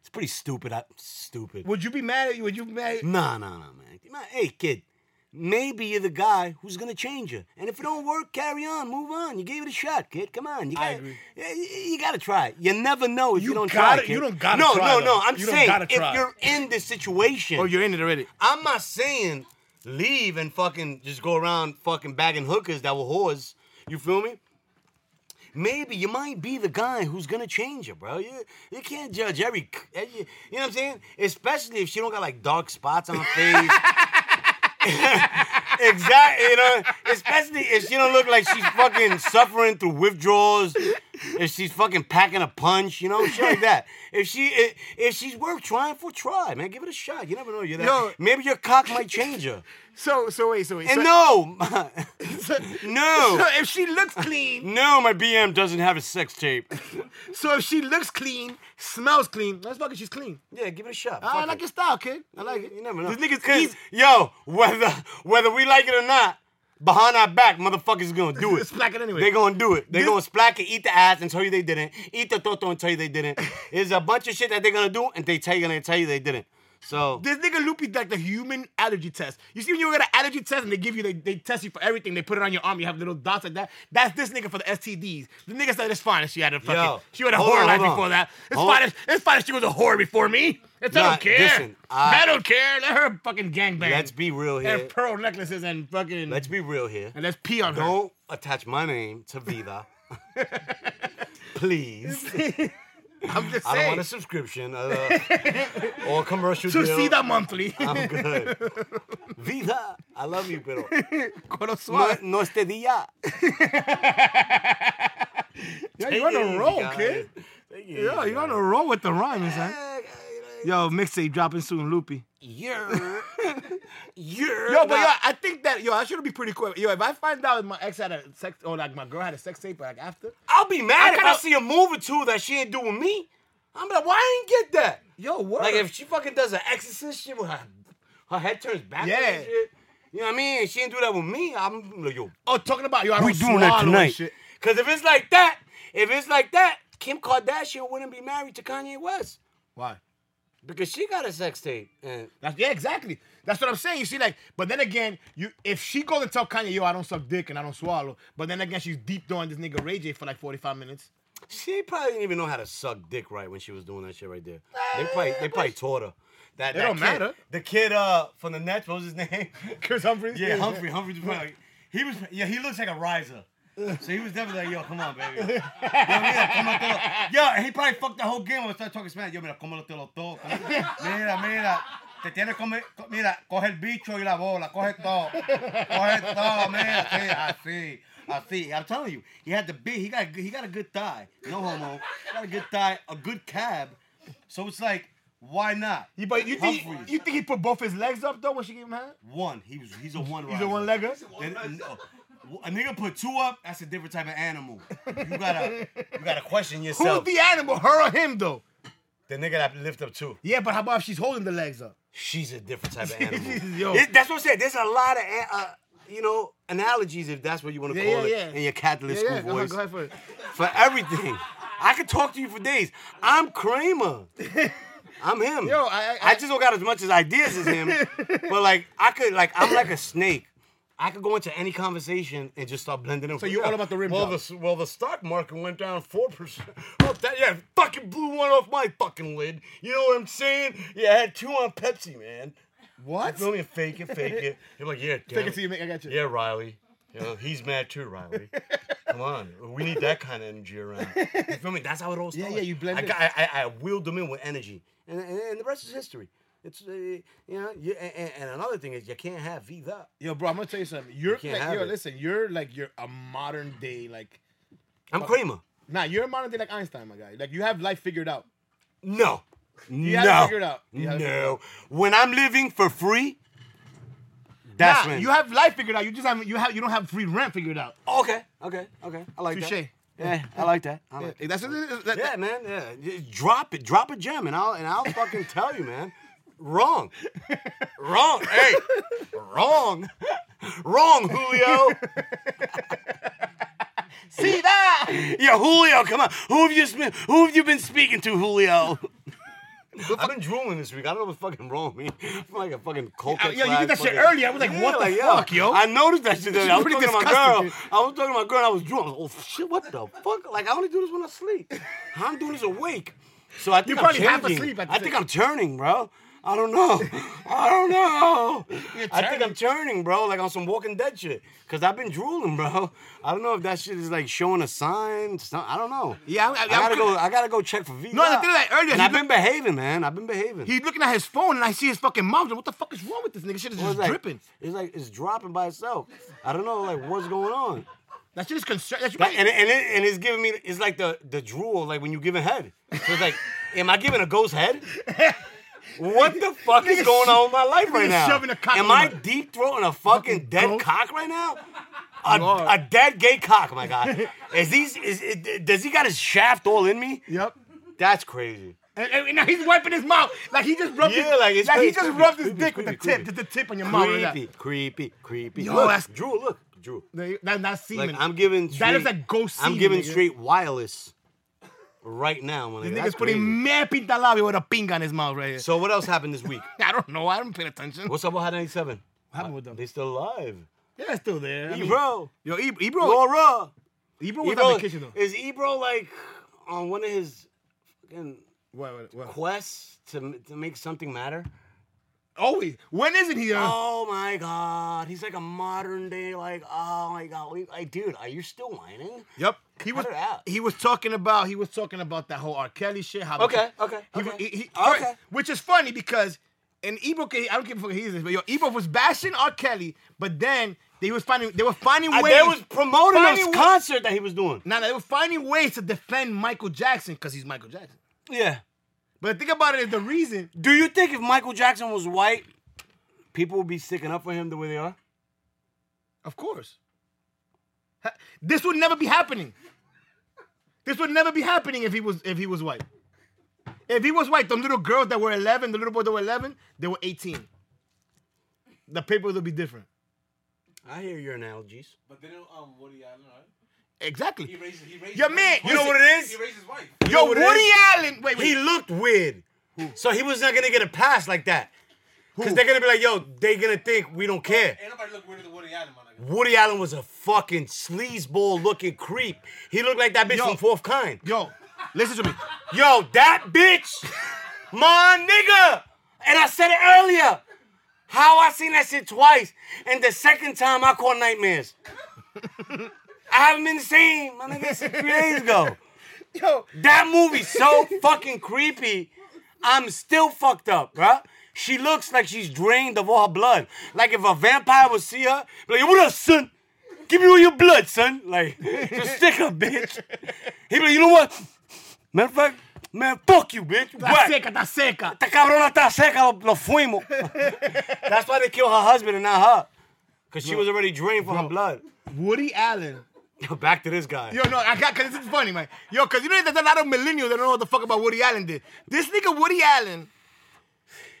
S1: It's pretty stupid. I, stupid.
S2: Would you be mad at you? Would you be mad? At
S1: Nah, nah, nah, man. Nah, Hey, kid. Maybe you're the guy who's gonna change you, and if it don't work, carry on, move on. You gave it a shot, kid. Come on, you
S2: I
S1: gotta,
S2: agree.
S1: Yeah, you, you gotta try. it. You never know if you,
S2: You
S1: don't
S2: gotta-
S1: try. Kid.
S2: you don't gotta
S1: No,
S2: try,
S1: no,
S2: though.
S1: no. I'm
S2: You don't
S1: saying
S2: gotta
S1: if
S2: try.
S1: you're in this situation,
S2: oh, you're in it already.
S1: I'm not saying leave and fucking just go around fucking bagging hookers that were whores. You feel me? Maybe you might be the guy who's gonna change you, bro. You you can't judge every, c- every- you know what I'm saying? Especially if she don't got like dark spots on her face. exactly, you know. Especially if she don't look like she's fucking suffering through withdrawals. If she's fucking packing a punch, you know, shit like that. If she if, if she's worth trying for, try, man. Give it a shot. You never know. You're that.
S2: Yo.
S1: Maybe your cock might change her.
S2: So so wait so wait.
S1: And
S2: so,
S1: no,
S2: so, so
S1: no,
S2: if she looks clean,
S1: (laughs) no, my BM doesn't have a sex tape.
S2: so if she looks clean, smells clean, let's fuck it. She's clean.
S1: Yeah, give it a shot.
S2: Ah, I
S1: Fuck
S2: like
S1: it.
S2: your style, kid. I like it.
S1: You never know.
S2: This nigga's
S1: 'Cause,
S2: easy.
S1: Yo, whether whether we like it or not, behind our back, motherfuckers gonna do
S2: (laughs)
S1: it.
S2: Splack it anyway.
S1: They gonna do it. They
S2: This-
S1: gonna splack it, eat the ass, and tell you they didn't. Eat the toto and tell you they
S2: (laughs)
S1: didn't. There's a bunch of shit that they're gonna do, and they tell you and they tell you they didn't. So
S2: This nigga Loopy like the human allergy test. You see when you get an allergy test and they give you they, they test you for everything. They put it on your arm. You have little dots like that. That's this nigga for the STDs. The nigga said it's fine. if She had a fucking
S1: Yo,
S2: she had a
S1: hold
S2: horror
S1: on,
S2: life
S1: hold on.
S2: before that. It's
S1: Hold
S2: fine.
S1: on.
S2: If, it's fine. If she was a whore before me. It's I
S1: Nah,
S2: don't care.
S1: listen,
S2: I,
S1: I-
S2: don't care. Let her fucking gangbang.
S1: let's be real here.
S2: and pearl necklaces and fucking
S1: Let's be real here.
S2: and let's pee on her.
S1: Don't attach my name to
S2: (laughs)
S1: Viva. Please.
S2: I'm just
S1: I don't
S2: saying.
S1: want a subscription uh, (laughs) or commercial
S2: to
S1: deal.
S2: see that monthly. (laughs)
S1: I'm (laughs) good. Viva. I love you, (laughs) pero.
S2: Coro
S1: No,
S2: suave.
S1: no este día.
S2: Yeah, you're on a roll, kid. Yeah,
S1: Yeah,
S2: you're on a roll with the rhymes, man. Yo, mixtape dropping soon, Loopy.
S1: You're. You're.
S2: Yo, but yo,
S1: not-
S2: I think that yo, I should be pretty quick. Yo, if I find out my ex had a sex or like my girl had a sex tape, like after,
S1: I'll be mad
S2: I
S1: if I
S2: kinda-
S1: see a move or two that she ain't doing me. I'm like, why I didn't get that?
S2: yo, what?
S1: Like if she fucking does an exorcist shit with her, her head turns backwards
S2: Yeah.
S1: and shit. You know what I mean? She ain't do that with me. I'm like, yo,
S2: oh, talking about yo, I
S1: we
S2: don't
S1: doing that
S2: swallow and
S1: tonight.
S2: Shit.
S1: Cause if it's like that, if it's like that, Kim Kardashian wouldn't be married to Kanye West
S2: Why?
S1: because she got a sex tape. And
S2: That's, yeah, exactly. That's what I'm saying. You see, like, but then again, you if she goes and tell Kanye, yo, I don't suck dick and I don't swallow, but then again, she's deep throwing this nigga Ray J for like 45 minutes. (laughs)
S1: she probably didn't even know how to suck dick right when she was doing that shit right there. They probably they probably taught her. that,
S2: It
S1: that
S2: don't
S1: kid-
S2: matter.
S1: The kid uh from the Nets, what was his (laughs) name?
S2: Chris Humphries.
S1: yeah, Humphrey. Humphrey was probably like, he was yeah, he looks like a riser. So he was definitely like, yo, come on, (laughs) baby. Yo, mira, cómo te lo- Yo, and he probably fucked the whole game when I started talking Spanish. Yo, mira, cómo lo te lo toco. Mira, mira. Te tienes come, co- mira, coge el bicho y la bola, coge todo. Coge todo, mira, así, así, así. I'm telling you, he had the big, he got, he got a good thigh. No homo. Got a good thigh, a good cab. So it's like, why not?
S2: You, but you think
S1: Humphries.
S2: you think he put both his legs up though when she gave him hand?
S1: One, he was, he's a one.
S2: He's a
S1: riser.
S2: one legger.
S1: Then- no. A nigga put two up, that's a different type of animal. You gotta you gotta question
S2: Who's
S1: yourself.
S2: the animal? Her or him though?
S1: the nigga that lift up two.
S2: Yeah, but how about if she's holding the legs up?
S1: She's a different type of animal.
S2: (laughs) Yo.
S1: It- that's what I'm saying. There's a lot of a- uh, you know analogies if that's what you want to
S2: Yeah,
S1: call
S2: yeah,
S1: it
S2: yeah.
S1: in your Catholic
S2: Yeah,
S1: school
S2: yeah, go ahead,
S1: voice
S2: go ahead for it.
S1: for everything. I could talk to you for days. I'm Kramer. I'm him.
S2: Yo, I- I-
S1: just don't got as much as ideas as
S2: (laughs)
S1: him. but like I could like I'm like a snake. I could go into any conversation and just start blending in. So
S2: you're all about the rim
S1: Well,
S2: job.
S1: the s- well, the stock market went down four percent. (laughs) Oh, that yeah, fucking blew one off my fucking lid. You know what I'm saying? Yeah, I had two on Pepsi, man.
S2: What?
S1: You know what I mean? Fake it, fake it. You're like, yeah, damn
S2: Take it to you, mate. I got you.
S1: yeah, Riley. You know, he's mad too, Riley. Come on, we need that kind of energy around. You feel me? That's how it all starts.
S2: yeah, you blend
S1: I,
S2: it.
S1: got- I, I, I wheeled them in with energy, and, and, and the rest is history. It's uh, you know, you, and, and- and another thing is you can't have either.
S2: Yo, bro, I'm gonna tell you something. You're
S1: can't
S2: like,
S1: have
S2: yo,
S1: it.
S2: listen, you're like you're a modern day like
S1: I'm Kramer.
S2: nah, you're a modern day like Einstein, my guy. Like you have life figured out.
S1: No, you
S2: have it
S1: no,
S2: figured out. You have it figured
S1: no. When I'm living for free, that's
S2: nah,
S1: when
S2: you have life figured out. You just haven't you have you don't have free rent figured out.
S1: Okay, okay, okay. I like that.
S2: Touche.
S1: Yeah, I like that. I like that.
S2: Yeah, that's what it is. That-
S1: Yeah, man. Yeah, J- drop it. Drop a gem, and I'll and I'll fucking tell you, man. Wrong, wrong. Hey, wrong, wrong, Julio. (laughs) See that? Yeah, Julio. Come on. Who have you been? Who have you been speaking to, Julio? I've been drooling this week. I don't know what's fucking wrong with me. (laughs) I'm like a fucking coke.
S2: yo, you did that shit earlier. I was like, what the fuck, yo?
S1: I noticed that shit. I was
S2: pretty
S1: talking to my girl.
S2: disgusting,
S1: I was talking to my girl. And I was drunk. I was like, oh shit, what the fuck? Like I only do this when I sleep. I'm doing this awake. So I think I'm
S2: probably half
S1: changing.
S2: asleep at the
S1: I think
S2: same-
S1: I'm turning, bro. I don't know. (laughs) I don't know. I think
S2: turning.
S1: I'm turning, bro. Like on some Walking Dead shit. Cause I've been drooling, bro. I don't know if that shit is like showing a sign. some- I don't know.
S2: Yeah, I-
S1: I,
S2: I-
S1: gotta
S2: I'm-
S1: go. I gotta go check for V.
S2: No, the thing that earlier,
S1: and
S2: he
S1: I've been behaving, man. I've been behaving.
S2: He's looking at his phone and I see his fucking mouth. Like, what the fuck is wrong with this nigga? Shit is
S1: It was
S2: just
S1: like-
S2: dripping.
S1: It's like it's dropping by itself. I don't know, like what's going on.
S2: That shit is concerned. That's
S1: That-
S2: right.
S1: and it- and it, and it's giving me it's like the the drool, like when you give a head. So it's like, am I giving a ghost head? What the fuck is going on with my life right
S2: Nigga
S1: now?
S2: shoving a cock
S1: Am
S2: in
S1: I
S2: my-
S1: deep throating a fucking dead
S2: ghost?
S1: cock right now? A,
S2: You are.
S1: a dead gay cock, my god. Is he is, is does he got his shaft all in me?
S2: Yep.
S1: That's crazy.
S2: And, and now he's wiping his mouth like he just rubbed.
S1: Yeah,
S2: his,
S1: like, it's
S2: he
S1: creepy,
S2: just
S1: creepy,
S2: rubbed his
S1: creepy,
S2: dick with the
S1: creepy,
S2: tip, just the tip on your mouth. like that.
S1: Creepy, creepy, creepy.
S2: Yo,
S1: look,
S2: that's-
S1: Drew, look, Drew.
S2: That- that- That's semen.
S1: Like I'm giving straight,
S2: That is a ghost
S1: I'm
S2: semen,
S1: giving
S2: nigga.
S1: straight wireless right now. When
S2: This nigga's putting mad pinta labio with a pinga in his mouth right here.
S1: So what else happened this week?
S2: (laughs) I don't know. I don't pay attention. What
S1: What's up with Hot 97?
S2: happened with them?
S1: They still alive.
S2: Yeah, it's still there. I mean,
S1: Ebro,
S2: yo, Eb- Ebro,
S1: Laura.
S2: Ebro was on
S1: Ebro
S2: vacation though.
S1: is Ebro like on one of his fucking
S2: What, what, what?
S1: quests to to make something matter?
S2: Always. When isn't Oh, he? Uh,
S1: Oh my god, he's like a modern day like oh my god, we- like dude, are you still whining?
S2: Yep. He was.
S1: it out.
S2: He was talking about. He was talking about that whole R. Kelly shit. How
S1: Okay, okay,
S2: He,
S1: okay.
S2: he, he-
S1: Okay.
S2: Which is funny because, and Ebro, can- I don't give a fuck. if He is this, but yo, Ebro was bashing R. Kelly, but then they was finding they were finding
S1: I,
S2: ways.
S1: they was promoting
S2: Finding
S1: this
S2: wa-
S1: concert that he was doing.
S2: Now they were finding ways to defend Michael Jackson because he's Michael Jackson.
S1: Yeah.
S2: But think about it, the reason
S1: Do you think if Michael Jackson was white, people would be sticking up for him the way they are?
S2: Of course. Ha- This would never be happening. This would never be happening if he was if he was white. If he was white, them little girls that were 11, the little boys that were 11, they were 18. The papers would be different.
S1: I hear your analogies.
S3: But then um Woody Allen, right? He
S2: Exactly.
S3: raised he raised
S2: Your
S3: his
S2: man-
S3: wife.
S2: you know
S1: what it is?
S3: He raised his wife.
S2: Yo,
S1: what
S2: Woody
S1: it is?
S2: Allen. Wait, wait.
S1: He looked weird. So he was not gonna get a pass like that. Because
S2: Who?
S1: they're gonna be like, yo, they're gonna think we don't care.
S3: Ain't nobody look weirder than Woody Allen, my nigga.
S1: Woody Allen was a fucking sleazeball looking creep. He looked like that bitch
S2: Yo.
S1: from Fourth Kind.
S2: Yo, listen to me.
S1: Yo, that bitch, my nigga. And I said it earlier. How I seen that shit twice, and the second time I caught
S2: (laughs)
S1: nightmares. I haven't been the same, my nigga, since three days ago.
S2: (laughs) Yo,
S1: That movie's so fucking creepy. I'm still fucked up, bruh. She looks like she's drained of all her blood. Like if a vampire would see her, be like, what up, son? Give me all your blood, son. Like, just stick her, bitch. He be like, you know what? Matter of fact, man, fuck you, bitch.
S2: está
S1: Whack.
S2: seca, está seca.
S1: Esta cabrona está seca, lo, lo fuimos. That's why they killed her husband and not her. Because she was already drained from her blood. (laughs)
S2: Woody Allen.
S1: Back to this guy.
S2: Yo, no, I got because this is funny, man. Yo, because you know there's a lot of millennials that don't know what the fuck about Woody Allen did. This nigga Woody Allen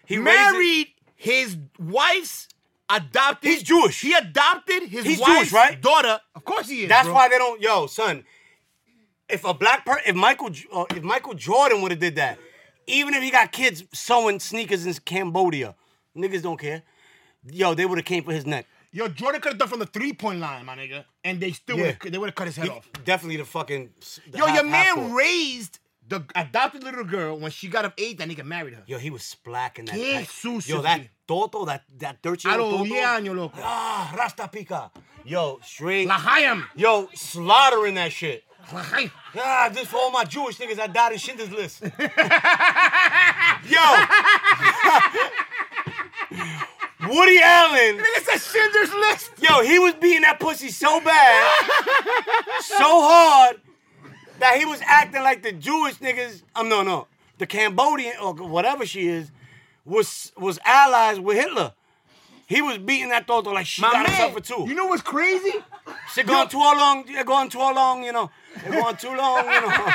S1: he raised it-
S2: married his wife's adopted.
S1: He's Jewish.
S2: He adopted his
S1: He's
S2: wife's
S1: Jewish, right?
S2: daughter. Of course he is.
S1: That's
S2: bro.
S1: why they don't. Yo, son, if a black person, if Michael, J- uh, if Michael Jordan would have did that, even if he got kids sewing sneakers in Cambodia, niggas don't care. Yo, they would have came for his neck.
S2: Yo, Jordan could have done from the three point line, my nigga, and they still
S1: Yeah.
S2: would they would have cut his head off.
S1: Definitely the fucking. s- the
S2: Yo,
S1: half-
S2: your
S1: half
S2: man
S1: court.
S2: raised the adopted little girl when she got of age. That nigga married her.
S1: Yo, he was splacking that.
S2: Yeah,
S1: that-
S2: Susie.
S1: Yo, that Toto, that that dirty.
S2: A
S1: little
S2: los
S1: Toto.
S2: 10 años, loco.
S1: Ah, Rasta Pica. Yo, straight.
S2: La Hayam.
S1: Yo, slaughtering that shit.
S2: La Hayam.
S1: Ah, this for all my Jewish niggas that died in Schindler's List. Yo. Woody Allen.
S2: Nigga said Schindler's List.
S1: Yo, he was beating that pussy so bad, so hard, that he was acting like the Jewish niggas, um, no, no, the Cambodian or whatever she is, was was allies with Hitler. He was beating that thought like she got herself for two.
S2: You know what's crazy?
S1: She going too long. You're going too long. You know, you're going too long. You
S2: (laughs)
S1: know,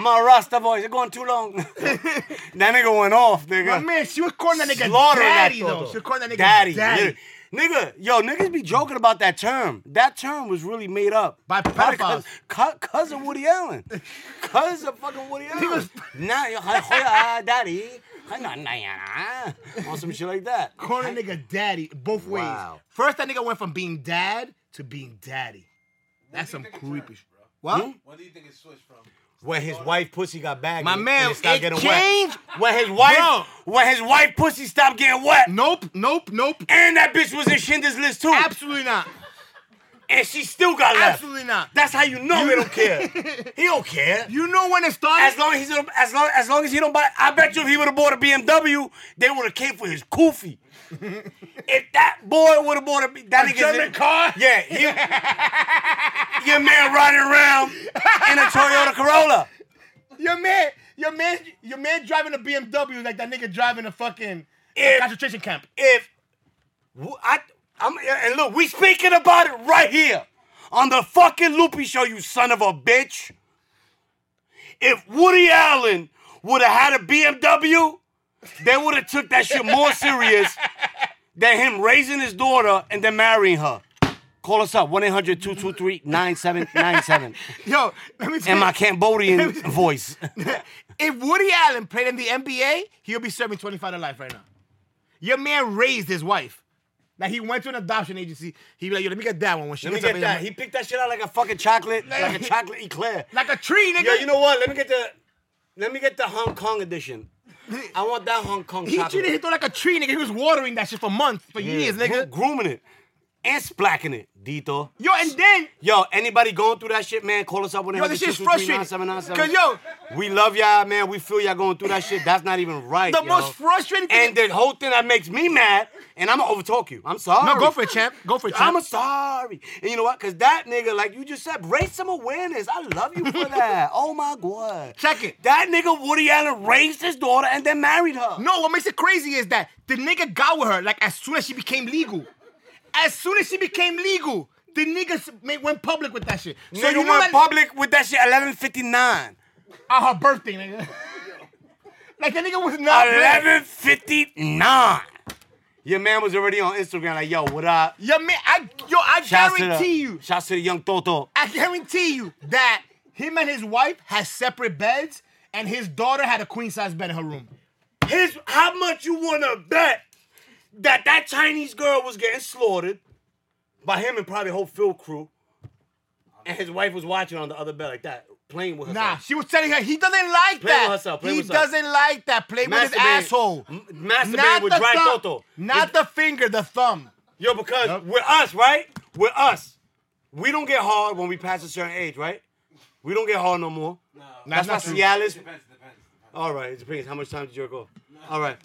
S1: my Rasta voice. You're going too long. that nigga went off,
S2: My
S1: nigga.
S2: man, she was calling that nigga
S1: Slaughtering
S2: daddy,
S1: that
S2: though.
S1: Toto.
S2: She was calling that nigga daddy.
S1: daddy. literally. Nigga, yo, niggas be joking about that term. That term was really made up
S2: By pedophiles.
S1: (laughs) Cuz of Woody
S2: (laughs)
S1: Allen. Cuz of fucking Woody Allen.
S2: was-
S1: nah, yo, hi- hi, ah, daddy. Hi, nah, nah, nah, nah. Or some shit like that.
S2: Calling that nigga daddy both ways.
S1: Wow.
S2: First, that nigga went from being dad to being daddy. That's
S3: do you
S2: some
S3: think it
S2: creepy
S3: turned,
S2: shit.
S3: bro?
S2: What?
S3: When do you think it switched from?
S1: Where his wife pussy got bagged.
S2: My
S1: and
S2: man,
S1: stopped
S2: it changed.
S1: wet. Where his wife,
S2: Bro.
S1: where his wife pussy stopped getting wet.
S2: Nope, nope, nope.
S1: And that bitch was in Schindler's List too.
S2: Absolutely not.
S1: and she still got left.
S2: Absolutely not.
S1: That's how you know they don't
S2: (laughs)
S1: care. he don't care.
S2: You know when it
S1: As
S2: started?
S1: long as, he's, as long as long as he don't buy, I bet you if he would have bought a BMW, they would have came for his
S2: (laughs)
S1: koofy. if that boy would have bought a that nigga's
S2: German car?
S1: (laughs) yeah, he,
S2: (laughs)
S1: your man riding around in a Toyota Corolla.
S2: Your man, your man, your man driving a BMW like that nigga driving a fucking
S1: If-
S2: concentration camp.
S1: If w- I, I'm, and look, we speaking about it right here on the fucking Loopy Show, you son of a bitch. If Woody Allen would have had a BMW, they would have took that shit more (laughs) serious than him raising his daughter and then marrying her. Call us up, (laughs) 1-800-223-9797.
S2: Yo, let me tell
S1: In
S2: you.
S1: my Cambodian voice.
S2: (laughs) if Woody Allen played in the NBA, he'll be serving 25 to life right now. Your man raised his wife. Like he went to an adoption agency. He be like, yo, let me get that one when she
S1: Let me
S2: gets
S1: get
S2: up
S1: that. He picked that shit out like a fucking chocolate, (laughs) like a chocolate eclair.
S2: like a tree, nigga.
S1: Yo, you know what? Let me get the let me get the Hong Kong edition. I want that Hong Kong
S2: he
S1: chocolate.
S2: treated his daughter like a tree, nigga. He was watering that shit for months, for years,
S1: Gro-
S2: nigga.
S1: grooming it and splacking it, Dito.
S2: Yo, and then
S1: Yo, anybody going through that shit, man, call us up when
S2: yo, this shit's frustrating. Cause yo,
S1: we love y'all, man. We feel y'all going through that shit. That's not even right.
S2: the
S1: yo.
S2: most frustrating thing.
S1: and the whole thing that makes me mad, and I'm gonna overtalk you. I'm sorry.
S2: no, go for it, champ. Go for it, champ.
S1: I'm sorry. And you know what? Cause that nigga, like you just said, raise some awareness. I love you for
S2: (laughs)
S1: that. oh my god.
S2: Check it.
S1: That nigga Woody Allen raised his daughter and then married her.
S2: No, what makes it crazy is that the nigga got with her like as soon as she became legal. As soon as she became legal, the niggas made, went public with that shit. So
S1: nigga
S2: you know
S1: went
S2: that,
S1: public with that shit 1159.
S2: on her birthday, nigga. (laughs) like the nigga was not. ready.
S1: 1159. Your man was already on Instagram like, yo, what up?
S2: Yo, man, I yo, I
S1: Shouts to the-
S2: guarantee you,
S1: Shouts to the young Toto.
S2: I guarantee you that him and his wife had separate beds, and his daughter had a queen size bed in her room.
S1: His, how much you wanna bet that that Chinese girl was getting slaughtered by him and probably whole Phil crew, and his wife was watching on the other bed like that, playing with herself.
S2: Nah, she was telling her he doesn't
S1: Play
S2: like
S1: with
S2: that.
S1: herself, play
S2: he
S1: with herself.
S2: doesn't like that. Play with his
S1: Masturbate-
S2: asshole.
S1: M- masturbate with dry
S2: thumb.
S1: toto.
S2: Not the finger, the thumb.
S1: Yo, because
S2: Yep.
S1: with us, right? With us, we don't get hard when we pass a certain age, right? We don't get hard no more.
S3: No.
S1: That's,
S2: not
S1: why
S2: true.
S1: Cialis.
S3: Depends, depends, depends.
S1: All right, it depends. How much time did you jerk off? All right.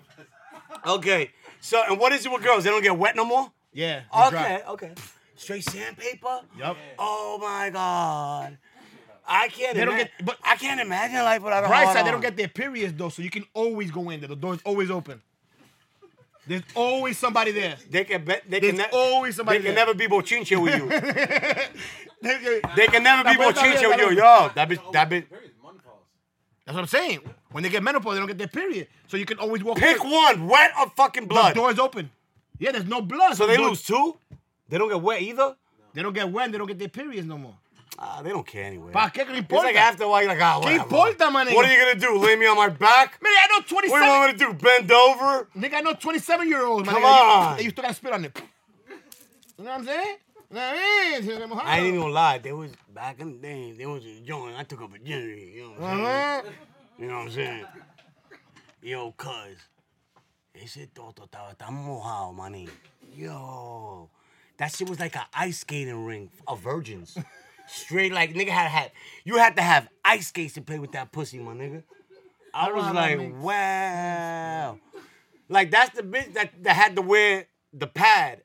S1: Okay. So, and what is it with girls? They don't get wet no more?
S2: Yeah. they
S1: Okay,
S2: dry.
S1: okay. Straight sandpaper?
S2: Yup.
S1: Oh my God. I can't.
S2: They don't
S1: imagine,
S2: get- but-
S1: I can't imagine life without a
S2: Bright
S1: hard
S2: side, they
S1: on.
S2: don't get their periods though, so you can always go in there. The door's always open. There's always somebody there.
S1: They can bet. They
S2: There's
S1: can. ne-
S2: always somebody
S1: They can
S2: there.
S1: never be bochinche with you.
S2: (laughs) That's
S1: They can
S2: (laughs)
S1: never be
S2: Nah, but it's not
S1: bochinche
S2: real,
S1: with you.
S2: not
S1: Yo, that bitch. That bitch.
S3: Period. Menopause.
S2: what I'm saying. When they get menopause, they don't get their period, so you can always walk.
S1: Pick
S2: in.
S1: one, wet or fucking
S2: The
S1: blood.
S2: door's open. Yeah, there's no blood.
S1: So they
S2: Door-
S1: lose two. They don't get wet either.
S2: They don't get when. They don't get their periods no more.
S1: Ah, they don't care anyway.
S2: Pa, ¿qué
S1: It's
S2: le
S1: like
S2: importa?
S1: after a while, you're like, ah, whatever.
S2: importa, my nigga?
S1: What are you gonna do? Lay me on my
S2: (laughs)
S1: back?
S2: Man, I know
S1: What
S2: 27.
S1: do you want me to do? Bend over?
S2: Nigga, I know 27 year olds.
S1: Come on.
S2: You, you still got to spit on it. You know what I'm saying? You know what I mean?
S1: I ain't even gonna lie. There was back in the day. There was a joint. I took a virginity. You know what I'm saying?
S2: Uh-huh.
S1: You know what I'm saying? Yo, cuz. Ese toto estaba tan mojado, maní. Yo. That shit was like an ice skating ring of virgins. Straight like nigga had had you had to have ice skates to play with that pussy, my nigga. I was
S2: how that
S1: like,
S2: makes
S1: wow. Like that's the bitch that, that had to wear the pad.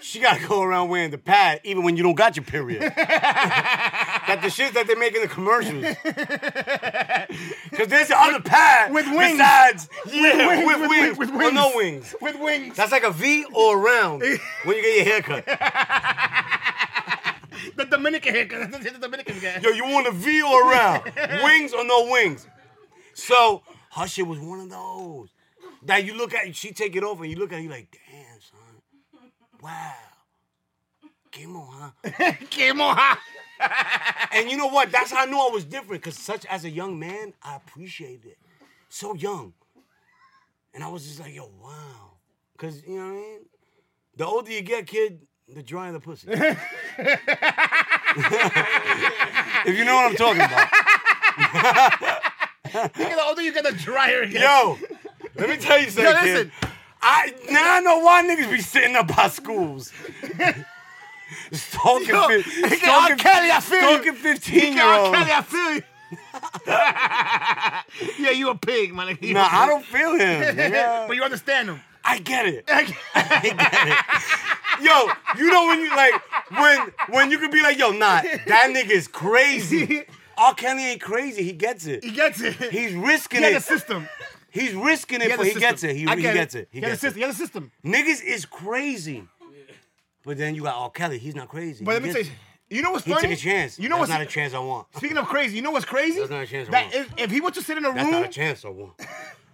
S1: She gotta go around wearing the pad even when you don't got your
S2: (laughs)
S1: period. that the shit that they make in the
S2: (laughs)
S1: commercials. Cause there's the other pad
S2: with wings.
S1: Besides, yeah,
S2: wings,
S1: with,
S2: with
S1: wings,
S2: wings, with
S1: or no
S2: wings.
S1: wings.
S2: With wings.
S1: That's like a V or a
S2: (laughs)
S1: round when you get your haircut.
S2: The Dominican haircut. That's the Dominican guy.
S1: Yo, you want a V or a round? Wings or no wings? So her shit was one of those that you look at, she take it off, and you look at, it, you like, damn, son, wow, game on, huh?
S2: Came on high.
S1: And you know what? That's how I knew I was different. Cause such as a young man, I appreciated it. So young. And I was just like, yo, wow. Cause you know what I mean? The older you get, kid, the drier the
S2: (laughs)
S1: pussy. if you know what I'm talking about.
S2: Nigga, the older you get, the drier it gets.
S1: Yo, let me tell you something.
S2: Yo,
S1: kid.
S2: listen.
S1: I now I know why niggas be sitting up by
S2: (laughs)
S1: schools. Stalking,
S2: Yo,
S1: fif-
S2: nigga, R.
S1: stalking,
S2: Kelly, I feel you.
S1: stalking 15 year
S2: R.
S1: olds.
S2: Kelly, I feel you. yeah, you (laughs) a pig, man. Like, you
S1: Nah,
S2: a
S1: I
S2: pig. (laughs)
S1: don't feel him. nigga.
S2: but you understand him.
S1: I get it. I get it. Yo, you know when you like when when you could be like, yo, nah, that nigga is
S2: (laughs)
S1: crazy. R. Kelly ain't crazy. He gets it.
S2: he gets it.
S1: He's risking
S2: he has a
S1: it.
S2: system.
S1: He's risking it,
S2: has
S1: but
S2: a
S1: he
S2: system.
S1: gets it. He,
S2: I
S1: he
S2: get
S1: gets it. He
S2: has a
S1: gets it.
S2: system. He has a system.
S1: Niggas is crazy. But then you got R. Kelly. He's not crazy.
S2: But let
S1: He
S2: me tell
S1: gets
S2: you, you know what's
S1: it. He
S2: funny?
S1: took a chance.
S2: You know
S1: That's
S2: what's
S1: not a chance I want.
S2: Speaking of crazy, you know what's crazy?
S1: That's not a chance I
S2: That
S1: want.
S2: if, if he were to sit in a
S1: That's
S2: room,
S1: not a chance I want.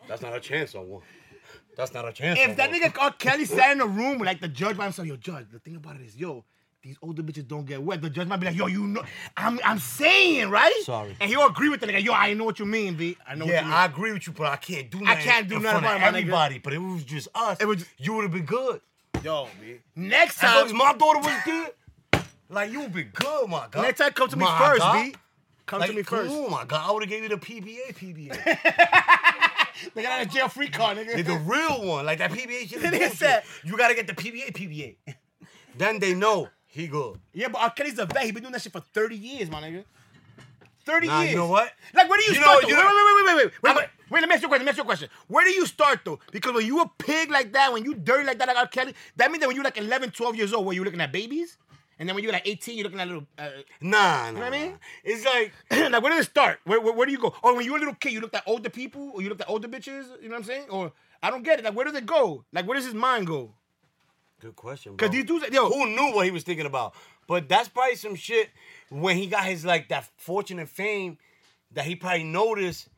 S1: That's not a chance I want. That's not a chance. I
S2: if that
S1: want.
S2: nigga R.
S1: (laughs)
S2: Kelly sat in a room with like the judge by himself, yo, judge, the thing about it is, yo, these older bitches don't get wet. The judge might be like, yo, you know, I'm I'm saying, right?
S1: Sorry.
S2: And he'll agree with the nigga, yo, I know what you mean, B. I know what
S1: Yeah,
S2: you mean.
S1: I agree with you, but I can't do nothing.
S2: can't do
S1: in
S2: nothing
S1: front of
S2: about it, my nigga.
S1: everybody. But if it was just us.
S2: It was just-
S1: you would have been good.
S2: yo, B. Next
S1: As long
S2: time,
S1: as my daughter was there, like you would be good, my God.
S2: next time come to me
S1: My
S2: first,
S1: God.
S2: B. Come
S1: Like,
S2: to me first.
S1: Oh my God, I would have gave you the PBA, PBA,
S2: They got out of jail free card,
S1: Like,
S2: nigga.
S1: the real one. Like that PBA
S2: (laughs)
S1: shit. is
S2: Nigga
S1: bullshit.
S2: said-
S1: you gotta get the PBA, PBA. then they know he good.
S2: Yeah, but R. Kelly's a vet. He been doing that shit for 30 years, my nigga. 30
S1: Nah,
S2: years.
S1: you know what?
S2: Like, where do you,
S1: You
S2: start?
S1: know-
S2: though?
S1: you
S2: wait, wait, wait, wait, wait, wait, wait,
S1: I'm-
S2: wait, wait. Let me ask you a question. Let me ask you a question. Where do you start though? Because when you a pig like that, when you dirty like that, like R. Kelly, that means that when you like 11, 12 years old, where you looking at babies, and then when you like 18, you looking at little. Uh, (clears throat)
S1: Nah, nah. You know
S2: what I mean?
S1: It's like
S2: like, where did it start? Where, where, where do you go? Or when you were a little kid, you looked at older people, or you looked at older bitches. You know what I'm saying? Or I don't get it. Like, where does it go? Like, where does his mind go?
S1: good question.
S2: Because
S1: bro.
S2: these dudes, yo,
S1: who knew what he was thinking about. But that's probably some shit when he got his like that fortune and fame that he probably noticed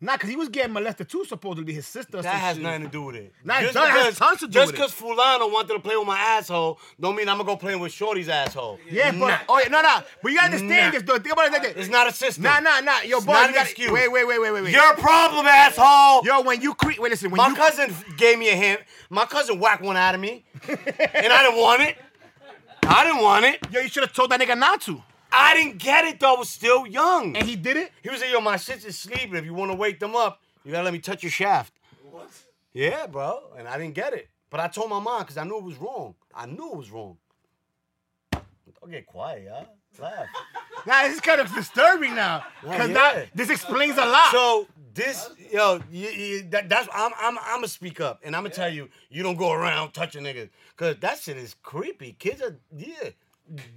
S2: nah, because he was getting molested too. Supposedly, his sister. or
S1: that
S2: some
S1: has
S2: shit.
S1: nothing to do with it.
S2: Nah, it does. It has tons to do
S1: just
S2: with it.
S1: because Fulano wanted to play with my asshole, don't mean I'm gonna go playing with Shorty's asshole.
S2: Yeah, but
S1: Nah.
S2: oh yeah, no, no. But you gotta understand
S1: Nah.
S2: this though. Think about it like
S1: it's
S2: this.
S1: not a system.
S2: Nah, nah, nah. Yo,
S1: It's
S2: boy,
S1: not
S2: you
S1: an
S2: gotta,
S1: excuse.
S2: wait, wait, wait, wait, wait, wait.
S1: Your problem, asshole.
S2: Yo, when you creep, wait, listen. When
S1: my
S2: you
S1: cousin gave me a hand. My cousin whacked one out of me, and I didn't want it. I didn't want it.
S2: yo, you should have told that nigga not to.
S1: I didn't get it though. I was still young.
S2: And he did it?
S1: He was like, yo, my shit's asleep. If you want to wake them up, you gotta let me touch your shaft.
S3: What?
S1: Yeah, bro. And I didn't get it. But I told my mom because I knew it was wrong. I knew it was wrong. Don't get quiet, y'all.
S2: (laughs)
S1: Laugh.
S2: Now it's kind of disturbing now.
S1: Yeah,
S2: Because
S1: yeah.
S2: this explains a lot.
S1: so this, yo, you, you, that, that's I'm I'm I'm gonna speak up and I'm gonna tell you, you don't go around touching niggas because that shit is creepy. Kids are yeah.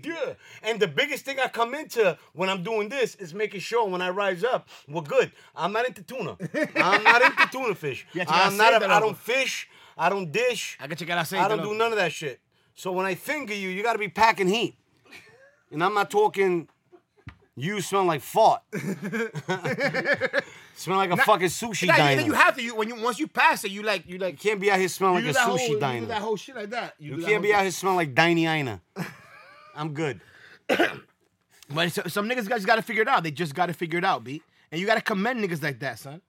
S1: Yeah, and the biggest thing I come into when I'm doing this is making sure when I rise up, we're good. I'm not into
S2: (laughs)
S1: tuna. I'm not into tuna fish.
S2: Yeah, you gotta
S1: I'm not.
S2: save
S1: A,
S2: that
S1: I
S2: over.
S1: don't fish. I don't dish.
S2: I can check it out.
S1: I don't do none of that shit. So when I finger you, you gotta be packing heat. And I'm not talking you smell like
S2: (laughs)
S1: fart. smell like a fucking sushi
S2: Yeah, you,
S1: diner.
S2: then you have to. You when you once you pass it, you like you like.
S1: can't be out here smelling
S2: you
S1: like
S2: do
S1: a
S2: that whole,
S1: sushi
S2: you do
S1: diner.
S2: that whole shit like that.
S1: you
S2: do that
S1: can't
S2: whole
S1: be out here smelling like Diney
S2: (laughs)
S1: Ina. I'm good.
S2: shit. But so, some niggas just gotta figure it out. They just gotta figure it out, b. And you gotta commend niggas like that, son.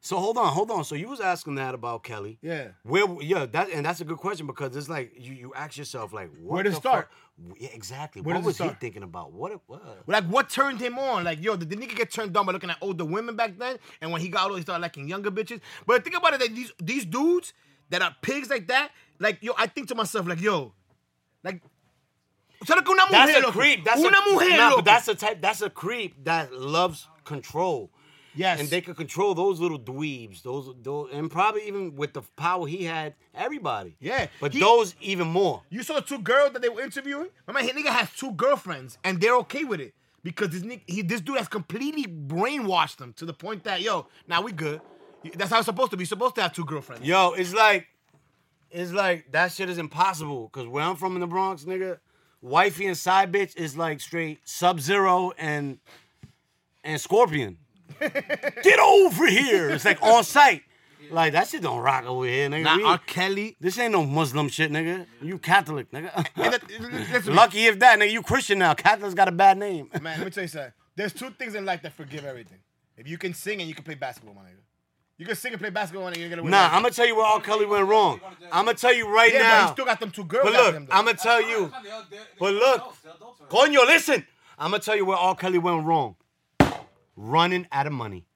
S1: So hold on, hold on. So you was asking that about Kelly.
S2: Yeah.
S1: Where yeah, that and that's a good question because it's like you, you ask yourself like what
S2: Where to
S1: the
S2: start?
S1: fuck- Yeah, exactly.
S2: Where
S1: what
S2: does it
S1: was he
S2: start?
S1: thinking about? What what?
S2: Like what turned him on? Like yo, did the nigga get turned on by looking at older women back then? And when he got older, he started liking younger bitches. But think about it, that these these dudes that are pigs like that, like yo, I think to myself like yo, like. Solo que una mujer,
S1: That's a
S2: loco.
S1: creep. That's
S2: una
S1: a,
S2: mujer,
S1: Nah,
S2: loco.
S1: but that's a type. That's a creep that loves control.
S2: Yes.
S1: And they could control those little dweebs, those, those, and probably even with the power he had, everybody.
S2: Yeah,
S1: But
S2: he-
S1: those even more.
S2: You saw the two girls that they were interviewing. My man, nigga has two girlfriends, and they're okay with it because this nigga, he, this dude has completely brainwashed them to the point that yo, now we good. That's how it's supposed to be. You're supposed to have two girlfriends.
S1: Yo, it's like, it's like that shit is impossible. Cause where I'm from in the Bronx, nigga, wifey and side bitch is like straight Sub Zero and and
S2: (laughs)
S1: Scorpion. Get over here! It's like on site. Like that shit don't rock over here, nigga.
S2: Now
S1: We-
S2: R. Kelly.
S1: This ain't no Muslim shit, nigga. You Catholic, (laughs) nigga.
S2: Listen,
S1: Lucky if that, nigga. You Christian now. Catholic's got a bad name.
S2: man, let me tell you something. There's two things in life that forgive everything. If you can sing and you can play basketball, my nigga. You can sing and play basketball, and you're gonna
S1: (laughs)
S2: win.
S1: Nah,
S2: everything.
S1: I'm gonna tell you where R. Kelly went wrong. I'm gonna tell you right
S2: yeah, but he
S1: now.
S2: still got them two girls.
S1: But
S2: after
S1: look,
S2: him, though.
S1: I'm gonna tell you. But look, Coño, listen. I'm gonna tell you where R. Kelly went wrong. Running out of money.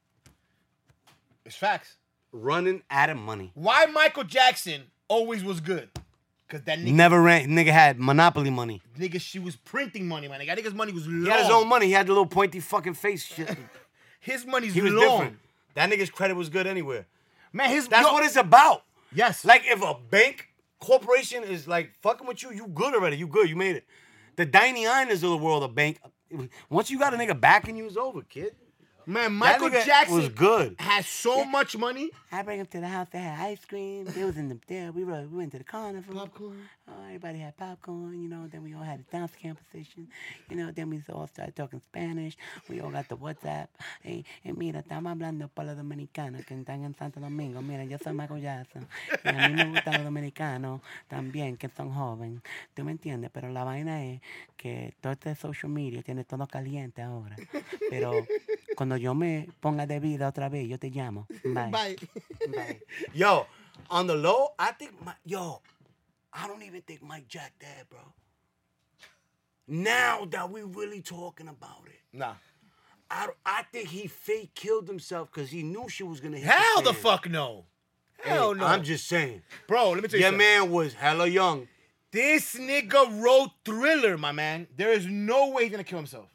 S2: it's facts.
S1: Running out of money.
S2: Why Michael Jackson always was good? Cause that nigga
S1: Never ran. Nigga had monopoly money.
S2: Nigga, she was printing money, my nigga. I think his money was long.
S1: He had his own money. He had the little pointy fucking face shit.
S2: His money's
S1: He was
S2: long.
S1: different. That nigga's credit was good anywhere.
S2: Man, his
S1: That's
S2: yo-
S1: what it's about.
S2: Yes.
S1: Like if a bank corporation is like fucking with you, you good already. You good. You made it. The Diney Iners of the world, a bank. Once you got a nigga backing you, it's over, kid.
S2: man,
S1: That
S2: Michael
S1: nigga
S2: Jackson
S1: was good.
S2: has so much money.
S4: I bring him to the house. They had ice cream. They was in the there. We were, we went to the carnival.
S2: Popcorn.
S4: Oh, everybody had popcorn, you know. Then we all had a dance competition, you know. Then we all started talking Spanish. We all got the WhatsApp. Hey, hey mira, estamos hablando para los dominicanos que están en Santo Domingo. Mira, yo soy Michael Jackson. Y a mí me gustan los dominicanos también que son jóvenes. ¿Tú me entiendes? Pero la vaina es que todo este social media tiene todo caliente ahora. Pero cuando yo me ponga de vida otra vez, yo te llamo. Bye.
S2: Bye.
S1: (laughs) Yo, on the low, I think my yo, I don't even think Mike Jack that, bro. Now that we really talking about it.
S2: (laughs) nah.
S1: I, I think he fake killed himself because he knew she was gonna hit.
S2: Hell the
S1: fan.
S2: fuck no.
S1: Hey,
S2: Hell no.
S1: I'm just saying.
S2: bro. Let me tell you.
S1: Your
S2: something.
S1: man was hella young.
S2: Oh This nigga wrote Thriller, my man. There is no way he's gonna kill himself.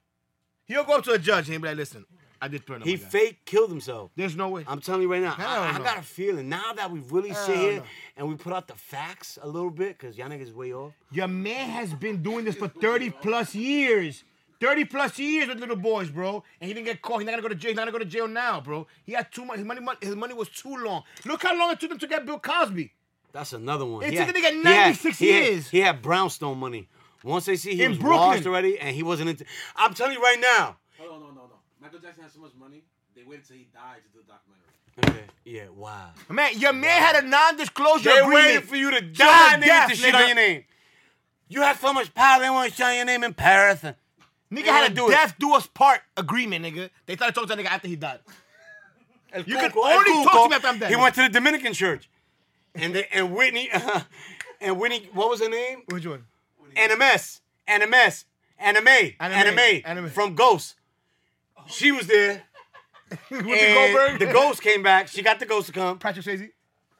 S2: He'll go up to a judge and he'll be like, "Listen, I did Thriller."
S1: He
S2: my guy."
S1: fake killed himself.
S2: There's no way.
S1: I'm telling you right now, I,
S2: Hell
S1: I
S2: no.
S1: got a feeling now that we really sit
S2: Hell
S1: here
S2: no.
S1: and we put out the facts a little bit, cause y'all niggas way off.
S2: Your man has been doing this for 30 plus years. 30 plus years with little boys, bro. And he didn't get caught. He's not gonna go to jail. He's not gonna go to jail now, bro. He had too much. His money, mon- his money was too long. Look how long it took him to get Bill Cosby.
S1: That's another one.
S2: It
S1: He
S2: took
S1: had-
S2: the nigga
S1: he had-
S2: 96
S1: he had-
S2: years.
S1: He had brownstone money. Once they see he
S2: In
S1: was
S2: Brooklyn.
S1: washed already and he wasn't into I'm telling you right now.
S3: Hold on, no, no, no. Michael Jackson had so much money, they waited till he died to do the documentary.
S1: Okay. Yeah, wow.
S2: Man, your man had a non-disclosure
S1: They
S2: agreement.
S1: waited for you to die,
S2: Till
S1: nigga,
S2: death,
S1: to shit on your name. You have so much power, they want to shine your name in Paris. and- They
S2: Nigga had a
S1: wanna do it.
S2: death do us part agreement, nigga. They started talking to that nigga after he died.
S1: You
S2: can only talk to me after I'm dead.
S1: He went to the Dominican church. And they, and (laughs) Whitney, and Whitney, what was her name?
S2: Which one?
S1: NMS. NMS. Anime. Anime.
S2: Anime.
S1: From Ghost. She was there.
S2: (laughs) With
S1: and
S2: Goldberg.
S1: the ghost came back. She got the ghost to come.
S2: (laughs) Patrick Swayze.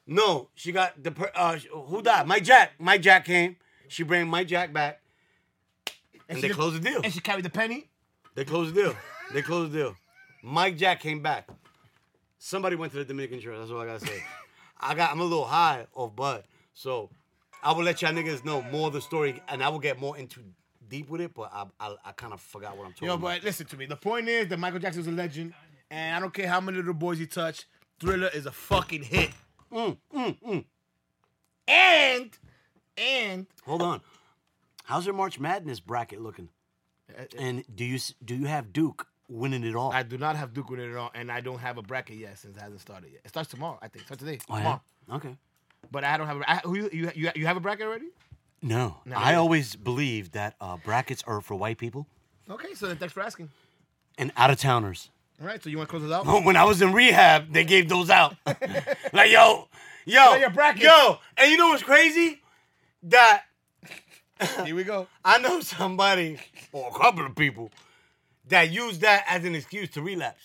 S1: No, she got the per- uh who died? Mike Jack. Mike Jack came. She bring Mike Jack back. And, they
S2: she-
S1: closed the deal.
S2: And she carried the penny.
S1: They closed the deal. They closed the deal. Mike Jack came back. Somebody went to the Dominican Church. That's all I gotta say. I got I'm a little high off bud, so I will let y'all niggas know more of the story, and I will get more into deep with it. But I I, I kind of forgot what I'm talking
S2: Yo,
S1: about.
S2: but listen to me. The point is that Michael Jackson was a legend, and I don't care how many little boys he touched. Thriller is a fucking hit.
S1: Mm,
S2: And and
S1: Hold on. How's your March Madness bracket looking? And do you s- do you have Duke winning it all?
S2: Uh, I do not have Duke with it at all, and I don't have a bracket yet since it hasn't started yet. It starts tomorrow, I think. Starts today,
S1: Oh, yeah?
S2: tomorrow.
S1: Okay.
S2: But I don't have. A, I, who you, you you you have a bracket already?
S1: No,
S2: I
S1: I always believe that uh, brackets are for white people
S2: Okay, so then thanks for asking.
S1: and out of towners.
S2: All right, so you want to close it out?
S1: Oh, When I was in rehab, they gave those
S2: (laughs)
S1: out. like yo, yo,
S2: your brackets.
S1: yo, and you know what's crazy? That
S2: Here we go.
S1: I know (laughs) somebody or a couple of people that use that as an excuse to
S2: (laughs)
S1: relapse.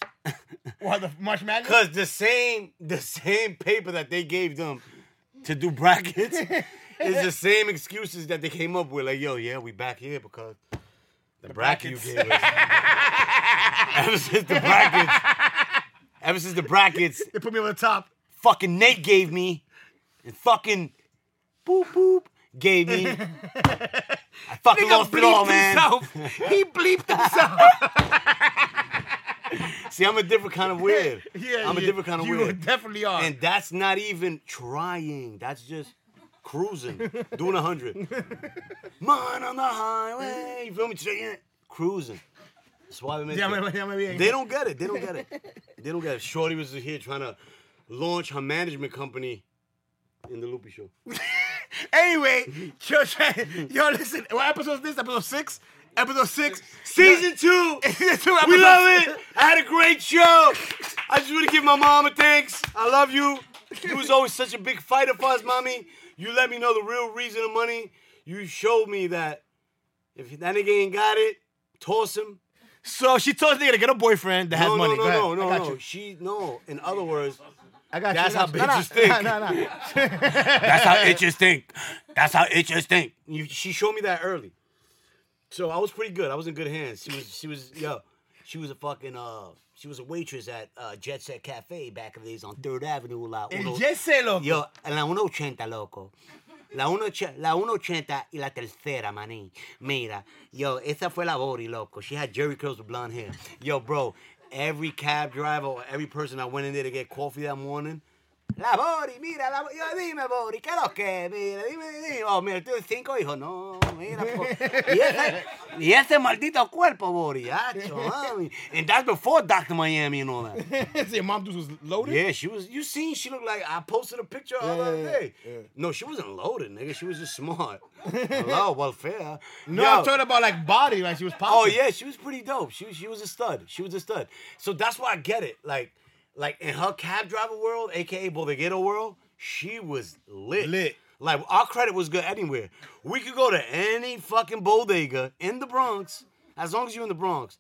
S2: What the March Madness?
S1: Cause the same the same paper that they gave them to do
S2: (laughs)
S1: brackets is the same excuses that they came up with. Like, yo, yeah, we back here because the, bracket you gave us. (laughs) ever since the brackets, ever since the brackets,
S2: They put me on the top.
S1: fucking Nate gave me, and fucking boop boop gave me.
S2: (laughs)
S1: I fucking lost it all, man.
S2: he
S1: (laughs)
S2: bleeped himself.
S1: See, I'm a different kind
S2: (laughs)
S1: of weird. I'm a
S2: yeah,
S1: different kind of
S2: you
S1: weird.
S2: definitely are.
S1: And that's not even trying. That's just cruising,
S2: (laughs)
S1: doing a hundred. Mine on the highway. You feel me? Today, Cruising. That's why we make
S2: yeah,
S1: it.
S2: I'm, I'm, I'm, I'm,
S1: They don't get it. They don't get it. They don't get it. Shorty was here trying to launch her management company in the Loopy Show.
S2: Anyway, yo, yo, listen. What episode is this? Episode six. Episode six. (laughs)
S1: Season two.
S2: Two
S1: We
S2: episodes-
S1: love it. (laughs) I had a great show. I just want to give my mom a thanks. I love you. You was always such a big fighter for us, mommy. You let me know the real reason of money. You showed me that if that nigga ain't got it, toss him.
S2: So she told the nigga to get a boyfriend that has
S1: no,
S2: money.
S1: no,
S2: Go ahead.
S1: no, no,
S2: I
S1: no,
S2: got
S1: no.
S2: you.
S1: She no. In other words,
S2: I got
S1: That's
S2: you. I got
S1: how
S2: you. Nah,
S1: bitches think.
S2: Nah, nah, (laughs) nah.
S1: that's (laughs) how it just think. That's how it just think. You, she showed me that early. So I was pretty good. I was in good hands. She was she was yo, she was a fucking uh she was a waitress at uh, Jet Set Cafe back in the days on Third Avenue. La
S2: El
S1: uno-
S2: Jesse, loco.
S1: Yo, la 180, loco. La, 180 la 180 y la tercera, maní. Mira, yo, esa fue la Bori, loco. She had Jerry curls with blonde hair. Yo, bro, every cab driver or every person I went in there to get coffee that morning, la Bori, mira, la Bori. Yo, dime, Bori, ¿qué es lo que? Mira, dime, dime. Oh, mira, tú cinco hijos. No, mira. po- Y ese, y ese maldito cuerpo, Bori. Hacho, mami. And that's before Dr. Miami and all that.
S2: So (laughs) your mom dude was loaded.
S1: Yeah, she was. You seen? She looked like I posted a picture of her the
S2: Yeah,
S1: other
S2: yeah,
S1: day.
S2: yeah.
S1: No, she wasn't loaded, nigga. She was just
S2: (laughs)
S1: smart. Hello, welfare.
S2: No,
S1: Yo.
S2: I'm talking about like body, like she was popping.
S1: Oh yeah, she was pretty dope. She was she was a stud. She was a stud. So that's why I get it. Like, like in her cab driver world, aka Bodeguero world, she was lit.
S2: Lit.
S1: Like our credit was good anywhere. We could go to any fucking bodega in the Bronx, as long as you're in the Bronx,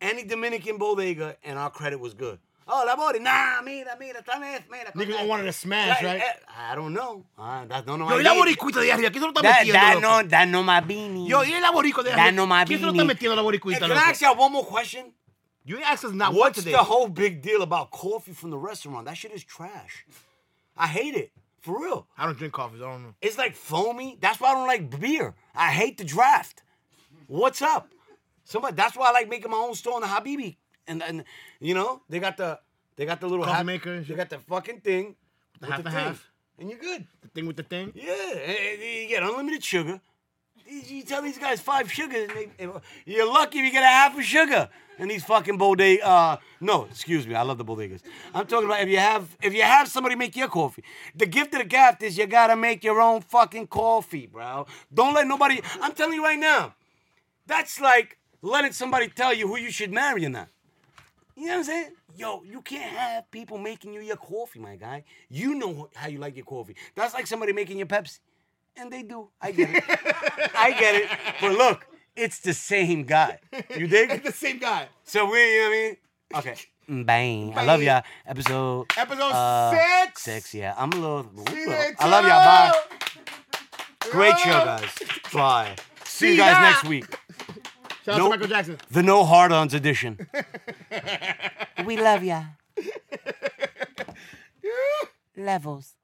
S1: any Dominican bodega, and our credit was good. Oh, la body, nah, mira, mira, tal vez, mira. con
S2: Niggas
S1: tal-
S2: wanted to smash,
S1: Yeah,
S2: right?
S1: eh, I don't know. I, that, no, no,
S2: Yo,
S1: I
S2: y la
S1: need-
S2: boricua de arriba, ¿quién se lo está
S4: That,
S2: metiendo?
S4: that
S2: loco?
S4: no, that no my beanie.
S2: Yo, y la boricua de
S4: That no
S2: arriba,
S4: my
S2: ¿quién se lo está
S4: beanie.
S2: metiendo la
S1: Hey,
S2: boricuita?
S1: Can
S2: loco?
S1: I ask y'all one more question?
S2: You ain't asked us not one
S1: What's
S2: today.
S1: the whole big deal about coffee from the restaurant? That shit is trash. I hate it. For real.
S2: I don't drink coffee, so I don't know.
S1: It's like foamy. That's why I don't like beer. I hate the draft. What's up? Somebody that's why I like making my own store in the Habibi. And and you know, they got the they got the little
S2: Coffee
S1: hab-
S2: maker and
S1: They
S2: shit.
S1: got the fucking thing. with
S2: half
S1: the
S2: and
S1: thing.
S2: half.
S1: And you're good.
S2: The thing with the thing.
S1: Yeah, and- and you get unlimited sugar. You- You tell these guys five sugars, and they, and you're lucky if you get a half a sugar. And these fucking bodega, uh, no, excuse me, I love the bodegas. I'm talking about if you have if you have somebody make your coffee. The gift of the gap is you gotta make your own fucking coffee, bro. Don't let nobody. I'm telling you right now, that's like letting somebody tell you who you should marry or not. You know what I'm saying? Yo, you can't have people making you your coffee, my guy. You know how you like your coffee.
S2: (laughs)
S1: That's like somebody making your Pepsi. And they do. I get it. I get it. But look, it's the same guy.
S2: (laughs)
S1: You dig?
S2: It's the same guy.
S1: so we, you know what I mean? Okay.
S4: Bang. I love y'all. Episode
S2: Episode
S4: uh,
S2: six.
S4: Six, yeah. I'm a little.
S2: See you later.
S4: I love y'all. Bye. Great show, guys. Bye. See you guys
S2: ya.
S4: next week.
S2: Shout out
S1: Nope.
S2: to Michael Jackson.
S1: The No Hard Ons edition.
S4: We love y'all. Levels.